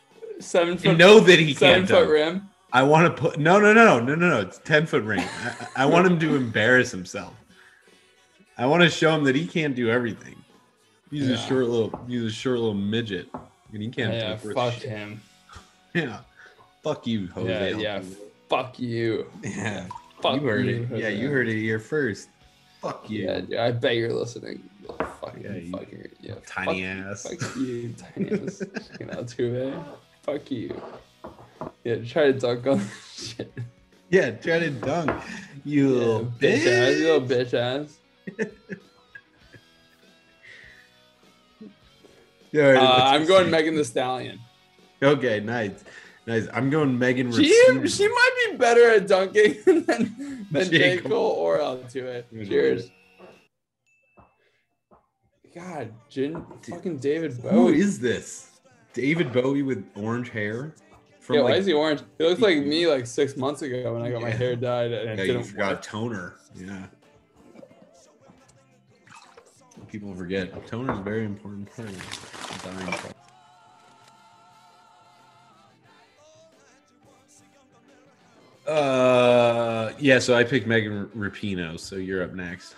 Speaker 3: seven
Speaker 4: I
Speaker 3: foot.
Speaker 4: know that he
Speaker 3: seven
Speaker 4: can't
Speaker 3: foot
Speaker 4: dunk.
Speaker 3: rim.
Speaker 4: I want to put no, no, no, no, no, no, no. It's ten foot ring. I, I want him to embarrass himself. I want to show him that he can't do everything. He's
Speaker 3: Yeah.
Speaker 4: a short little. He's a short little midget, and he can't.
Speaker 3: Yeah,
Speaker 4: dunk for
Speaker 3: fuck
Speaker 4: shit.
Speaker 3: him.
Speaker 4: Yeah. Fuck you, Jose.
Speaker 3: Yeah, yeah,
Speaker 4: Altuve.
Speaker 3: fuck you.
Speaker 4: yeah.
Speaker 3: Fuck
Speaker 4: you heard
Speaker 3: you,
Speaker 4: it. Yeah,
Speaker 3: Jose.
Speaker 4: you heard it here first. Fuck you.
Speaker 3: Yeah, dude, I bet you're listening. Fucking,
Speaker 4: Yeah, you
Speaker 3: fucking, yeah.
Speaker 4: tiny
Speaker 3: fuck,
Speaker 4: ass.
Speaker 3: Fuck you, tiny ass. You know, too Fuck you. Yeah, try to dunk on [laughs] shit.
Speaker 4: Yeah, try to dunk. You
Speaker 3: Yeah,
Speaker 4: little
Speaker 3: bitch ass, you little
Speaker 4: bitch.
Speaker 3: bitch ass.
Speaker 4: All right,
Speaker 3: Uh,
Speaker 4: let's
Speaker 3: I'm going
Speaker 4: see.
Speaker 3: Megan the Stallion.
Speaker 4: Okay, nice. Nice. I'm going Megan
Speaker 3: She
Speaker 4: Rapinoe.
Speaker 3: she might be better at dunking [laughs] than, than J.
Speaker 4: J.
Speaker 3: Cole or Altuve.
Speaker 4: Mhm.
Speaker 3: Cheers. God, Jin, fucking David
Speaker 4: Who
Speaker 3: Bowie.
Speaker 4: is this? David Bowie with orange hair? From
Speaker 3: Yeah,
Speaker 4: like,
Speaker 3: why is he orange? He looks like me like six months ago when I got my
Speaker 4: Yeah.
Speaker 3: hair dyed and it
Speaker 4: yeah, you
Speaker 3: didn't
Speaker 4: forgot
Speaker 3: work.
Speaker 4: toner. Yeah. People forget. Toner is a very important part of the dyeing process. Uh, yeah. So I picked Megan Rapinoe. So you're up next.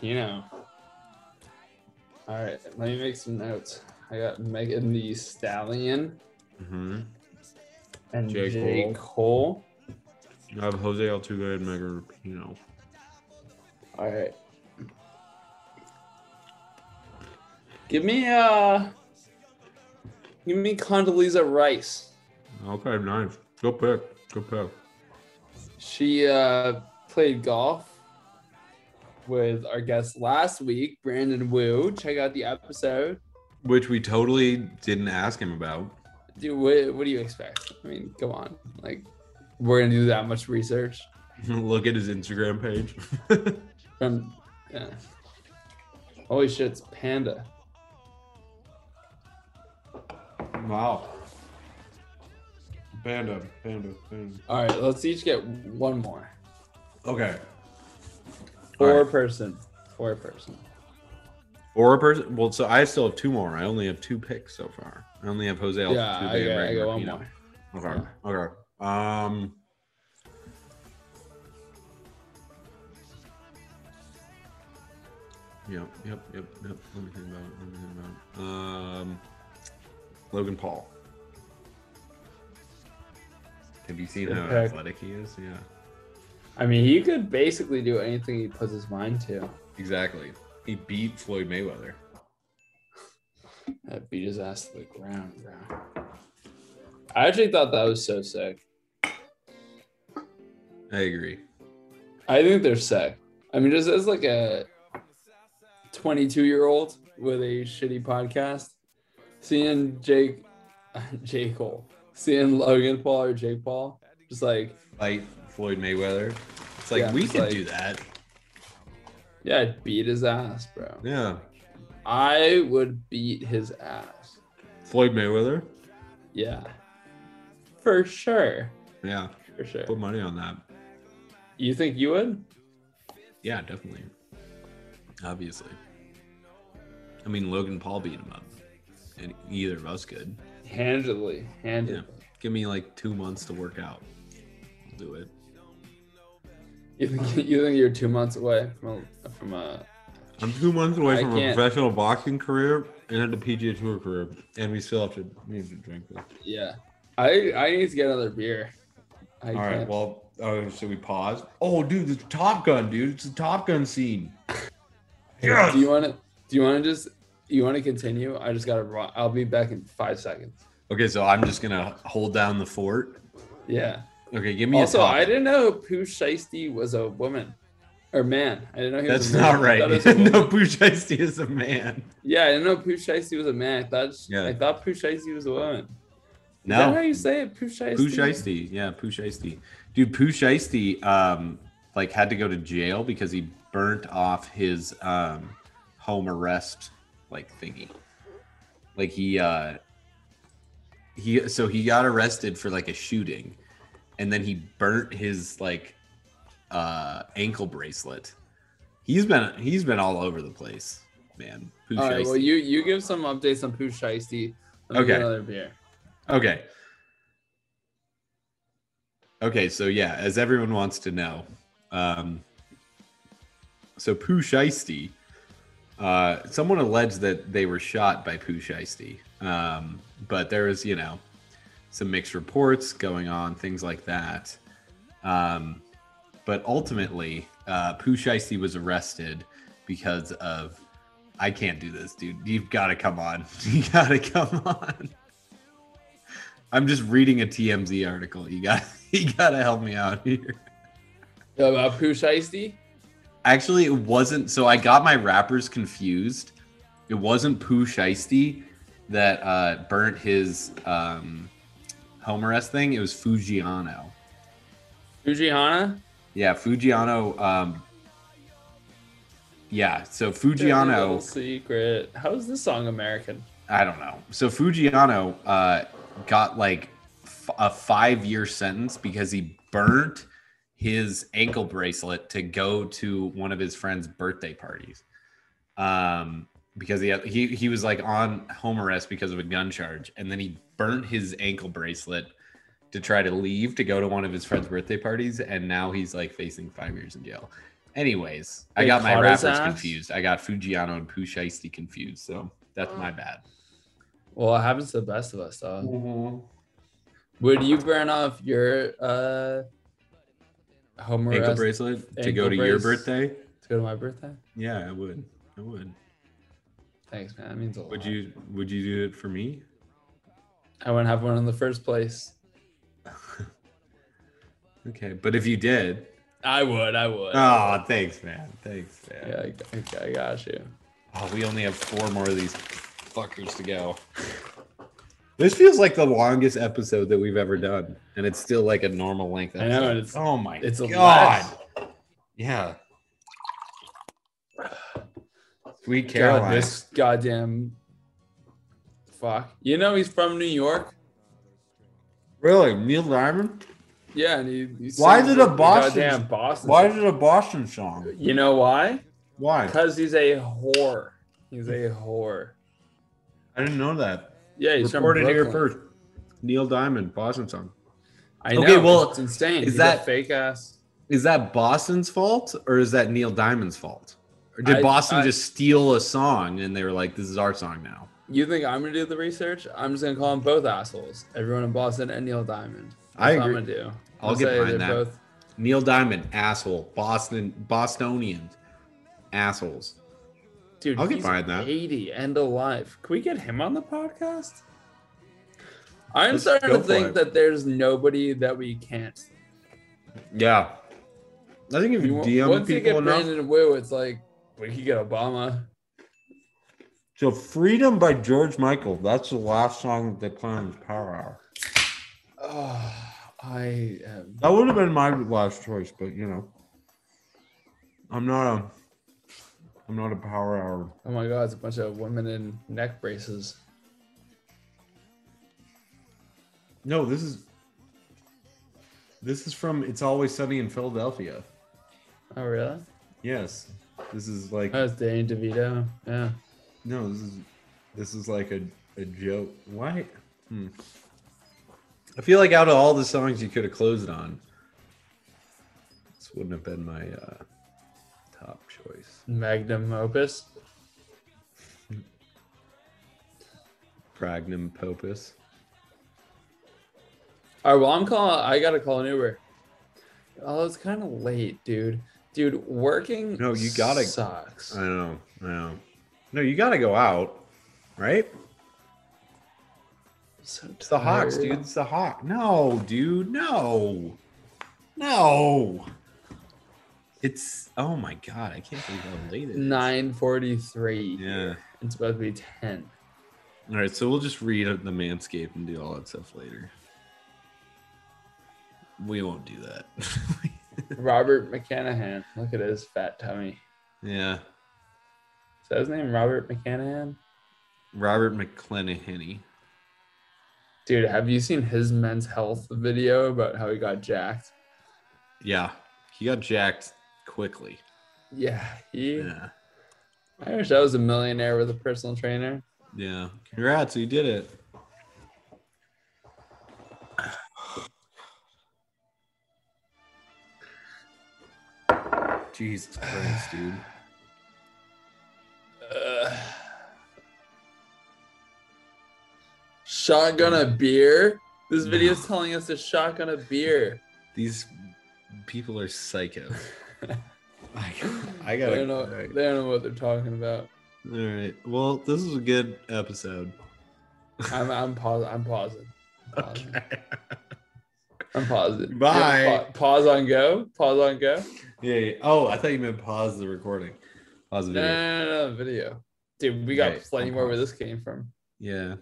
Speaker 3: You know. All right, let me make some notes. I got Megan the Stallion
Speaker 4: Mm-hmm.
Speaker 3: and J.
Speaker 4: J.
Speaker 3: Cole.
Speaker 4: I have Jose Altuve and Megan Rapinoe.
Speaker 3: All right. Give me uh give me Condoleezza Rice.
Speaker 4: Okay, nice. Good pick. Good pick.
Speaker 3: She uh played golf with our guest last week, Brandon Wu. Check out the episode.
Speaker 4: Which we totally didn't ask him about. [laughs]
Speaker 3: Dude, what, what do you expect? I mean, come on. Like we're gonna do that much research.
Speaker 4: Look at his Instagram page. [laughs]
Speaker 3: From yeah. Holy shit, it's Panda.
Speaker 4: wow. Panda, panda, panda.
Speaker 3: All right, let's each get one more.
Speaker 4: Okay.
Speaker 3: Four
Speaker 4: All right.
Speaker 3: person. Four person.
Speaker 4: Or a person. Well, so I still have two more. I only have two picks so far. I only have Jose Altuve
Speaker 3: Yeah, I, got, I
Speaker 4: Megan
Speaker 3: got one
Speaker 4: Rapinoe.
Speaker 3: more.
Speaker 4: Okay. Okay. Um. Yep. Yep. Yep. Yep. Let me think about it. Let me think about it. Um. Logan Paul. Have you seen
Speaker 3: Good
Speaker 4: how
Speaker 3: pick.
Speaker 4: athletic he is? Yeah.
Speaker 3: I mean, he could basically do anything he puts his mind to.
Speaker 4: Exactly. He beat Floyd Mayweather.
Speaker 3: That beat his ass to the ground, bro. I actually thought that was so sick.
Speaker 4: I agree.
Speaker 3: I think they're sick. I mean, just as like a 22 year old with a shitty podcast, seeing Jake, [laughs] Jake Cole, seeing Logan Paul or Jake Paul, just like,
Speaker 4: Fight Floyd Mayweather. It's like
Speaker 3: Yeah,
Speaker 4: we
Speaker 3: it's
Speaker 4: could
Speaker 3: like-
Speaker 4: do that.
Speaker 3: yeah, I'd beat his ass, bro.
Speaker 4: Yeah.
Speaker 3: I would beat his ass.
Speaker 4: Floyd Mayweather.
Speaker 3: Yeah. For sure.
Speaker 4: Yeah.
Speaker 3: For sure.
Speaker 4: Put money on that.
Speaker 3: You think you would?
Speaker 4: Yeah, definitely. Obviously. I mean, Logan Paul beat him up, and either of us could.
Speaker 3: Handily.
Speaker 4: Yeah.
Speaker 3: Handily.
Speaker 4: Give me like two months to work out. I'll do it.
Speaker 3: You, think, you think you're two months away from a, from a
Speaker 4: I'm two months away
Speaker 3: I
Speaker 4: from a
Speaker 3: can't-
Speaker 4: professional boxing career and a PGA Tour career, and we still have to we have to drink this.
Speaker 3: Yeah. I I need to get another beer. I
Speaker 4: All right.
Speaker 3: can't-
Speaker 4: Well, oh, so we pause. Oh, dude, the Top Gun, dude. It's the Top Gun scene.
Speaker 3: Do you want to do you want to just you want to continue? I just got to run. I'll be back in 5 seconds.
Speaker 4: Okay, so I'm just gonna hold down the fort.
Speaker 3: Yeah.
Speaker 4: Okay, give me
Speaker 3: also,
Speaker 4: a
Speaker 3: I
Speaker 4: topic.
Speaker 3: didn't know Pooh Shiesty was a woman or man. I didn't know he
Speaker 4: That's
Speaker 3: was a man.
Speaker 4: not
Speaker 3: I
Speaker 4: right.
Speaker 3: thought
Speaker 4: [laughs]
Speaker 3: it was a woman.
Speaker 4: no, Pujaisi is a man.
Speaker 3: Yeah, I didn't know Pooh Shiesty was a man. I thought sh-
Speaker 4: Yeah.
Speaker 3: I thought Pooh Shiesty was a woman. Is that how
Speaker 4: No,
Speaker 3: you say it? Pooh Shiesty.
Speaker 4: Pooh Shiesty. Yeah, Pooh Shiesty. Dude, Pooh Shiesty, um, like had to go to jail because he burnt off his um home arrest like thingy. Like he uh he so he got arrested for like a shooting and then he burnt his like uh ankle bracelet. He's been he's been all over the place, man. Pooh
Speaker 3: All right.
Speaker 4: Shiesty.
Speaker 3: Well, you you give some updates on Pooh Shiesty. Let me
Speaker 4: Okay.
Speaker 3: Get another beer.
Speaker 4: Okay. Okay, so yeah, as everyone wants to know, um, so Pooh Shiesty, uh, someone alleged that they were shot by Pooh Shiesty, um, but there was, you know, some mixed reports going on, things like that. Um, but ultimately, uh, Pooh Shiesty was arrested because of, I can't do this, dude. You've got to come on. [laughs] You got to come on. I'm just reading a TMZ article. You got [laughs] you got to help me out here.
Speaker 3: Yeah, about Pooh Shiesty.
Speaker 4: Actually, it wasn't. So I got my rappers confused. It wasn't Pooh Shiesty that uh, burnt his um, home arrest thing. It was Fujiano.
Speaker 3: Fujihana.
Speaker 4: Yeah, Fujiano. Um, yeah, so
Speaker 3: Little
Speaker 4: Fujiano.
Speaker 3: Secret. How is this song American?
Speaker 4: I don't know. So Fujiano uh, got like f- a five year sentence because he burnt his ankle bracelet to go to one of his friend's birthday parties. Um, because he, had, he he was like on home arrest because of a gun charge, and then he burnt his ankle bracelet to try to leave to go to one of his friend's birthday parties, and now he's like facing five years in jail. Anyways, I
Speaker 3: They
Speaker 4: got my
Speaker 3: caught his
Speaker 4: rappers
Speaker 3: ass?
Speaker 4: confused. I got Fujiano and Pusheisty confused, so that's my bad.
Speaker 3: Well, it happens to the best of us, dog.
Speaker 4: Mm-hmm.
Speaker 3: Would you burn off your uh home
Speaker 4: ankle
Speaker 3: arrest
Speaker 4: bracelet to
Speaker 3: ankle
Speaker 4: go to your
Speaker 3: brace.
Speaker 4: birthday?
Speaker 3: to go to my birthday?
Speaker 4: Yeah, I would. I would.
Speaker 3: Thanks, man. That means a lot.
Speaker 4: Would you would you do it for me?
Speaker 3: I wouldn't have one in the first place.
Speaker 4: Okay, but if you did,
Speaker 3: I would. I would.
Speaker 4: oh, thanks, man. Thanks, man.
Speaker 3: Yeah, I, I- I got you.
Speaker 4: Oh, we only have four more of these fuckers to go. This feels like the longest episode that we've ever done, and it's still like a normal length.
Speaker 3: I
Speaker 4: Episode.
Speaker 3: know, and it's-
Speaker 4: oh my
Speaker 3: It's a
Speaker 4: god!
Speaker 3: lot.
Speaker 4: Yeah. Sweet
Speaker 3: God,
Speaker 4: Caroline.
Speaker 3: this goddamn fuck. You know he's from New York.
Speaker 4: really, Neil Diamond?
Speaker 3: Yeah, and he. he
Speaker 4: Why
Speaker 3: sings
Speaker 4: is it a
Speaker 3: the
Speaker 4: Boston-
Speaker 3: Goddamn Boston.
Speaker 4: Why
Speaker 3: song.
Speaker 4: is it a Boston song?
Speaker 3: You know why?
Speaker 4: Why?
Speaker 3: Because he's a whore. He's a whore.
Speaker 4: I didn't know that.
Speaker 3: Yeah, he's
Speaker 4: Reported
Speaker 3: from
Speaker 4: here
Speaker 3: Brooklyn.
Speaker 4: first. Neil Diamond, Boston song.
Speaker 3: I know.
Speaker 4: Okay, well,
Speaker 3: it's insane.
Speaker 4: is
Speaker 3: He's a
Speaker 4: that-
Speaker 3: fake ass?
Speaker 4: Is that Boston's fault or is that Neil Diamond's fault? Or did
Speaker 3: I-
Speaker 4: Boston
Speaker 3: I-
Speaker 4: just steal a song and they were like, this is our song now?
Speaker 3: You think I'm gonna do the research? I'm just gonna call them both assholes. Everyone in Boston and Neil Diamond. That's
Speaker 4: I
Speaker 3: What I'm
Speaker 4: agree.
Speaker 3: gonna do.
Speaker 4: I'll
Speaker 3: I'll
Speaker 4: get
Speaker 3: say
Speaker 4: behind
Speaker 3: they're
Speaker 4: that.
Speaker 3: both.
Speaker 4: Neil Diamond, asshole. Boston, Bostonians, assholes.
Speaker 3: Dude,
Speaker 4: I'll get
Speaker 3: he's
Speaker 4: behind that.
Speaker 3: 80 and alive. Can we get him on the podcast? I'm
Speaker 4: Let's
Speaker 3: starting
Speaker 4: go
Speaker 3: to
Speaker 4: for
Speaker 3: think
Speaker 4: it.
Speaker 3: that there's nobody that we can't.
Speaker 4: Yeah. I think if you
Speaker 3: You won't-
Speaker 4: DM
Speaker 3: once you get
Speaker 4: people enough.
Speaker 3: Brandon Wu, it's like we could get Obama.
Speaker 4: So Freedom by George Michael. That's the last song that they play on the Power Hour.
Speaker 3: Oh, I am.
Speaker 4: That would have been my last choice, but you know. I'm not a I'm not a power hour.
Speaker 3: Oh my God, it's a bunch of women in neck braces.
Speaker 4: No, this is this is from It's Always Sunny in Philadelphia.
Speaker 3: Oh really?
Speaker 4: Yes. This is like
Speaker 3: Oh, it's Danny DeVito. Yeah.
Speaker 4: no, this is this is like a, a joke. Why? Hmm. I feel like out of all the songs you could have closed on, this wouldn't have been my uh, top choice.
Speaker 3: Magnum opus.
Speaker 4: Pragnum Popus.
Speaker 3: All right. Well, I'm calling. I gotta call an Uber. Oh, it's kind of late, dude. Dude, working.
Speaker 4: No, you gotta-
Speaker 3: Sucks.
Speaker 4: I know. I know. No, you got to go out, right?
Speaker 3: So
Speaker 4: It's the Hawks, dude. It's the Hawk. No, dude. No. No. It's oh my god! I can't believe how late it is.
Speaker 3: Nine forty-three.
Speaker 4: Yeah.
Speaker 3: It's about to be ten.
Speaker 4: All right. So we'll just read the Manscaped and do all that stuff later. We won't do that. [laughs]
Speaker 3: Robert McCanahan. Look at his fat tummy.
Speaker 4: yeah.
Speaker 3: Is that his name? Robert McCanahan.
Speaker 4: Robert McClanahan.
Speaker 3: Dude, have you seen his men's health video about how he got jacked?
Speaker 4: Yeah. He got jacked quickly.
Speaker 3: Yeah, he.
Speaker 4: Yeah.
Speaker 3: I wish I was a millionaire with a personal trainer.
Speaker 4: Yeah. Congrats. You did it. Jesus Christ, dude.
Speaker 3: Ugh. Shotgun a beer. This video is telling us to shotgun a beer.
Speaker 4: These people are psycho. [laughs] I, I
Speaker 3: They
Speaker 4: gotta.
Speaker 3: don't, know, they don't know what they're talking about.
Speaker 4: All right. Well, this is a good episode. [laughs]
Speaker 3: I'm I'm pausing. I'm pausing. I'm pausing.
Speaker 4: Okay.
Speaker 3: I'm pausing. You
Speaker 4: Bye.
Speaker 3: wanna pa- pause on go. Pause on go.
Speaker 4: yeah, yeah. Oh, I thought you meant pause the recording. Pause the
Speaker 3: No,
Speaker 4: video.
Speaker 3: no, no, no, video. Dude, we got
Speaker 4: Right,
Speaker 3: plenty
Speaker 4: I'm
Speaker 3: more where this came from.
Speaker 4: Yeah.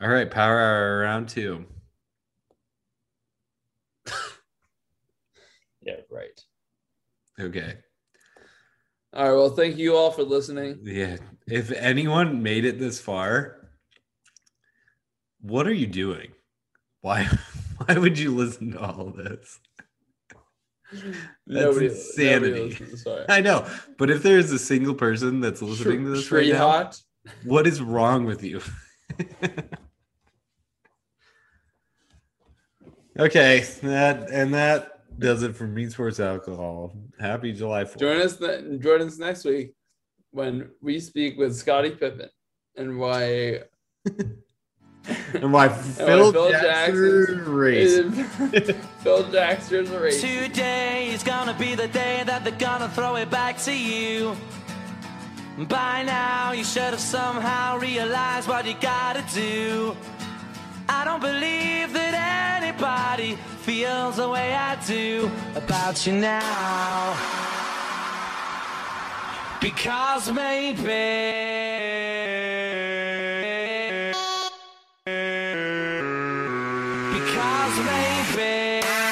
Speaker 4: All right. Power hour round two.
Speaker 3: Yeah, right.
Speaker 4: Okay.
Speaker 3: All right. Well, thank you all for listening.
Speaker 4: Yeah. If anyone made it this far, what are you doing? Why [laughs] why would you listen to all this? That's insanity.
Speaker 3: listens, sorry.
Speaker 4: I know, but if there is a single person that's [laughs] listening to this right
Speaker 3: Tree
Speaker 4: now,
Speaker 3: hot.
Speaker 4: what is wrong with you? [laughs] okay, that and that does it for Mean Sports Alcohol. Happy July 4th.
Speaker 3: Join us then. Join us next week when we speak with Scottie Pippen and why
Speaker 4: and why Phil,
Speaker 3: Phil
Speaker 4: Jackson's
Speaker 3: Jackson's-
Speaker 4: race.
Speaker 3: [laughs] Phil Jackson's a racist.
Speaker 7: Today is gonna be the day that they're gonna throw it back to you. By now, you should have somehow realized what you gotta do. I don't believe that anybody feels the way I do about you now. Because maybe. Because maybe.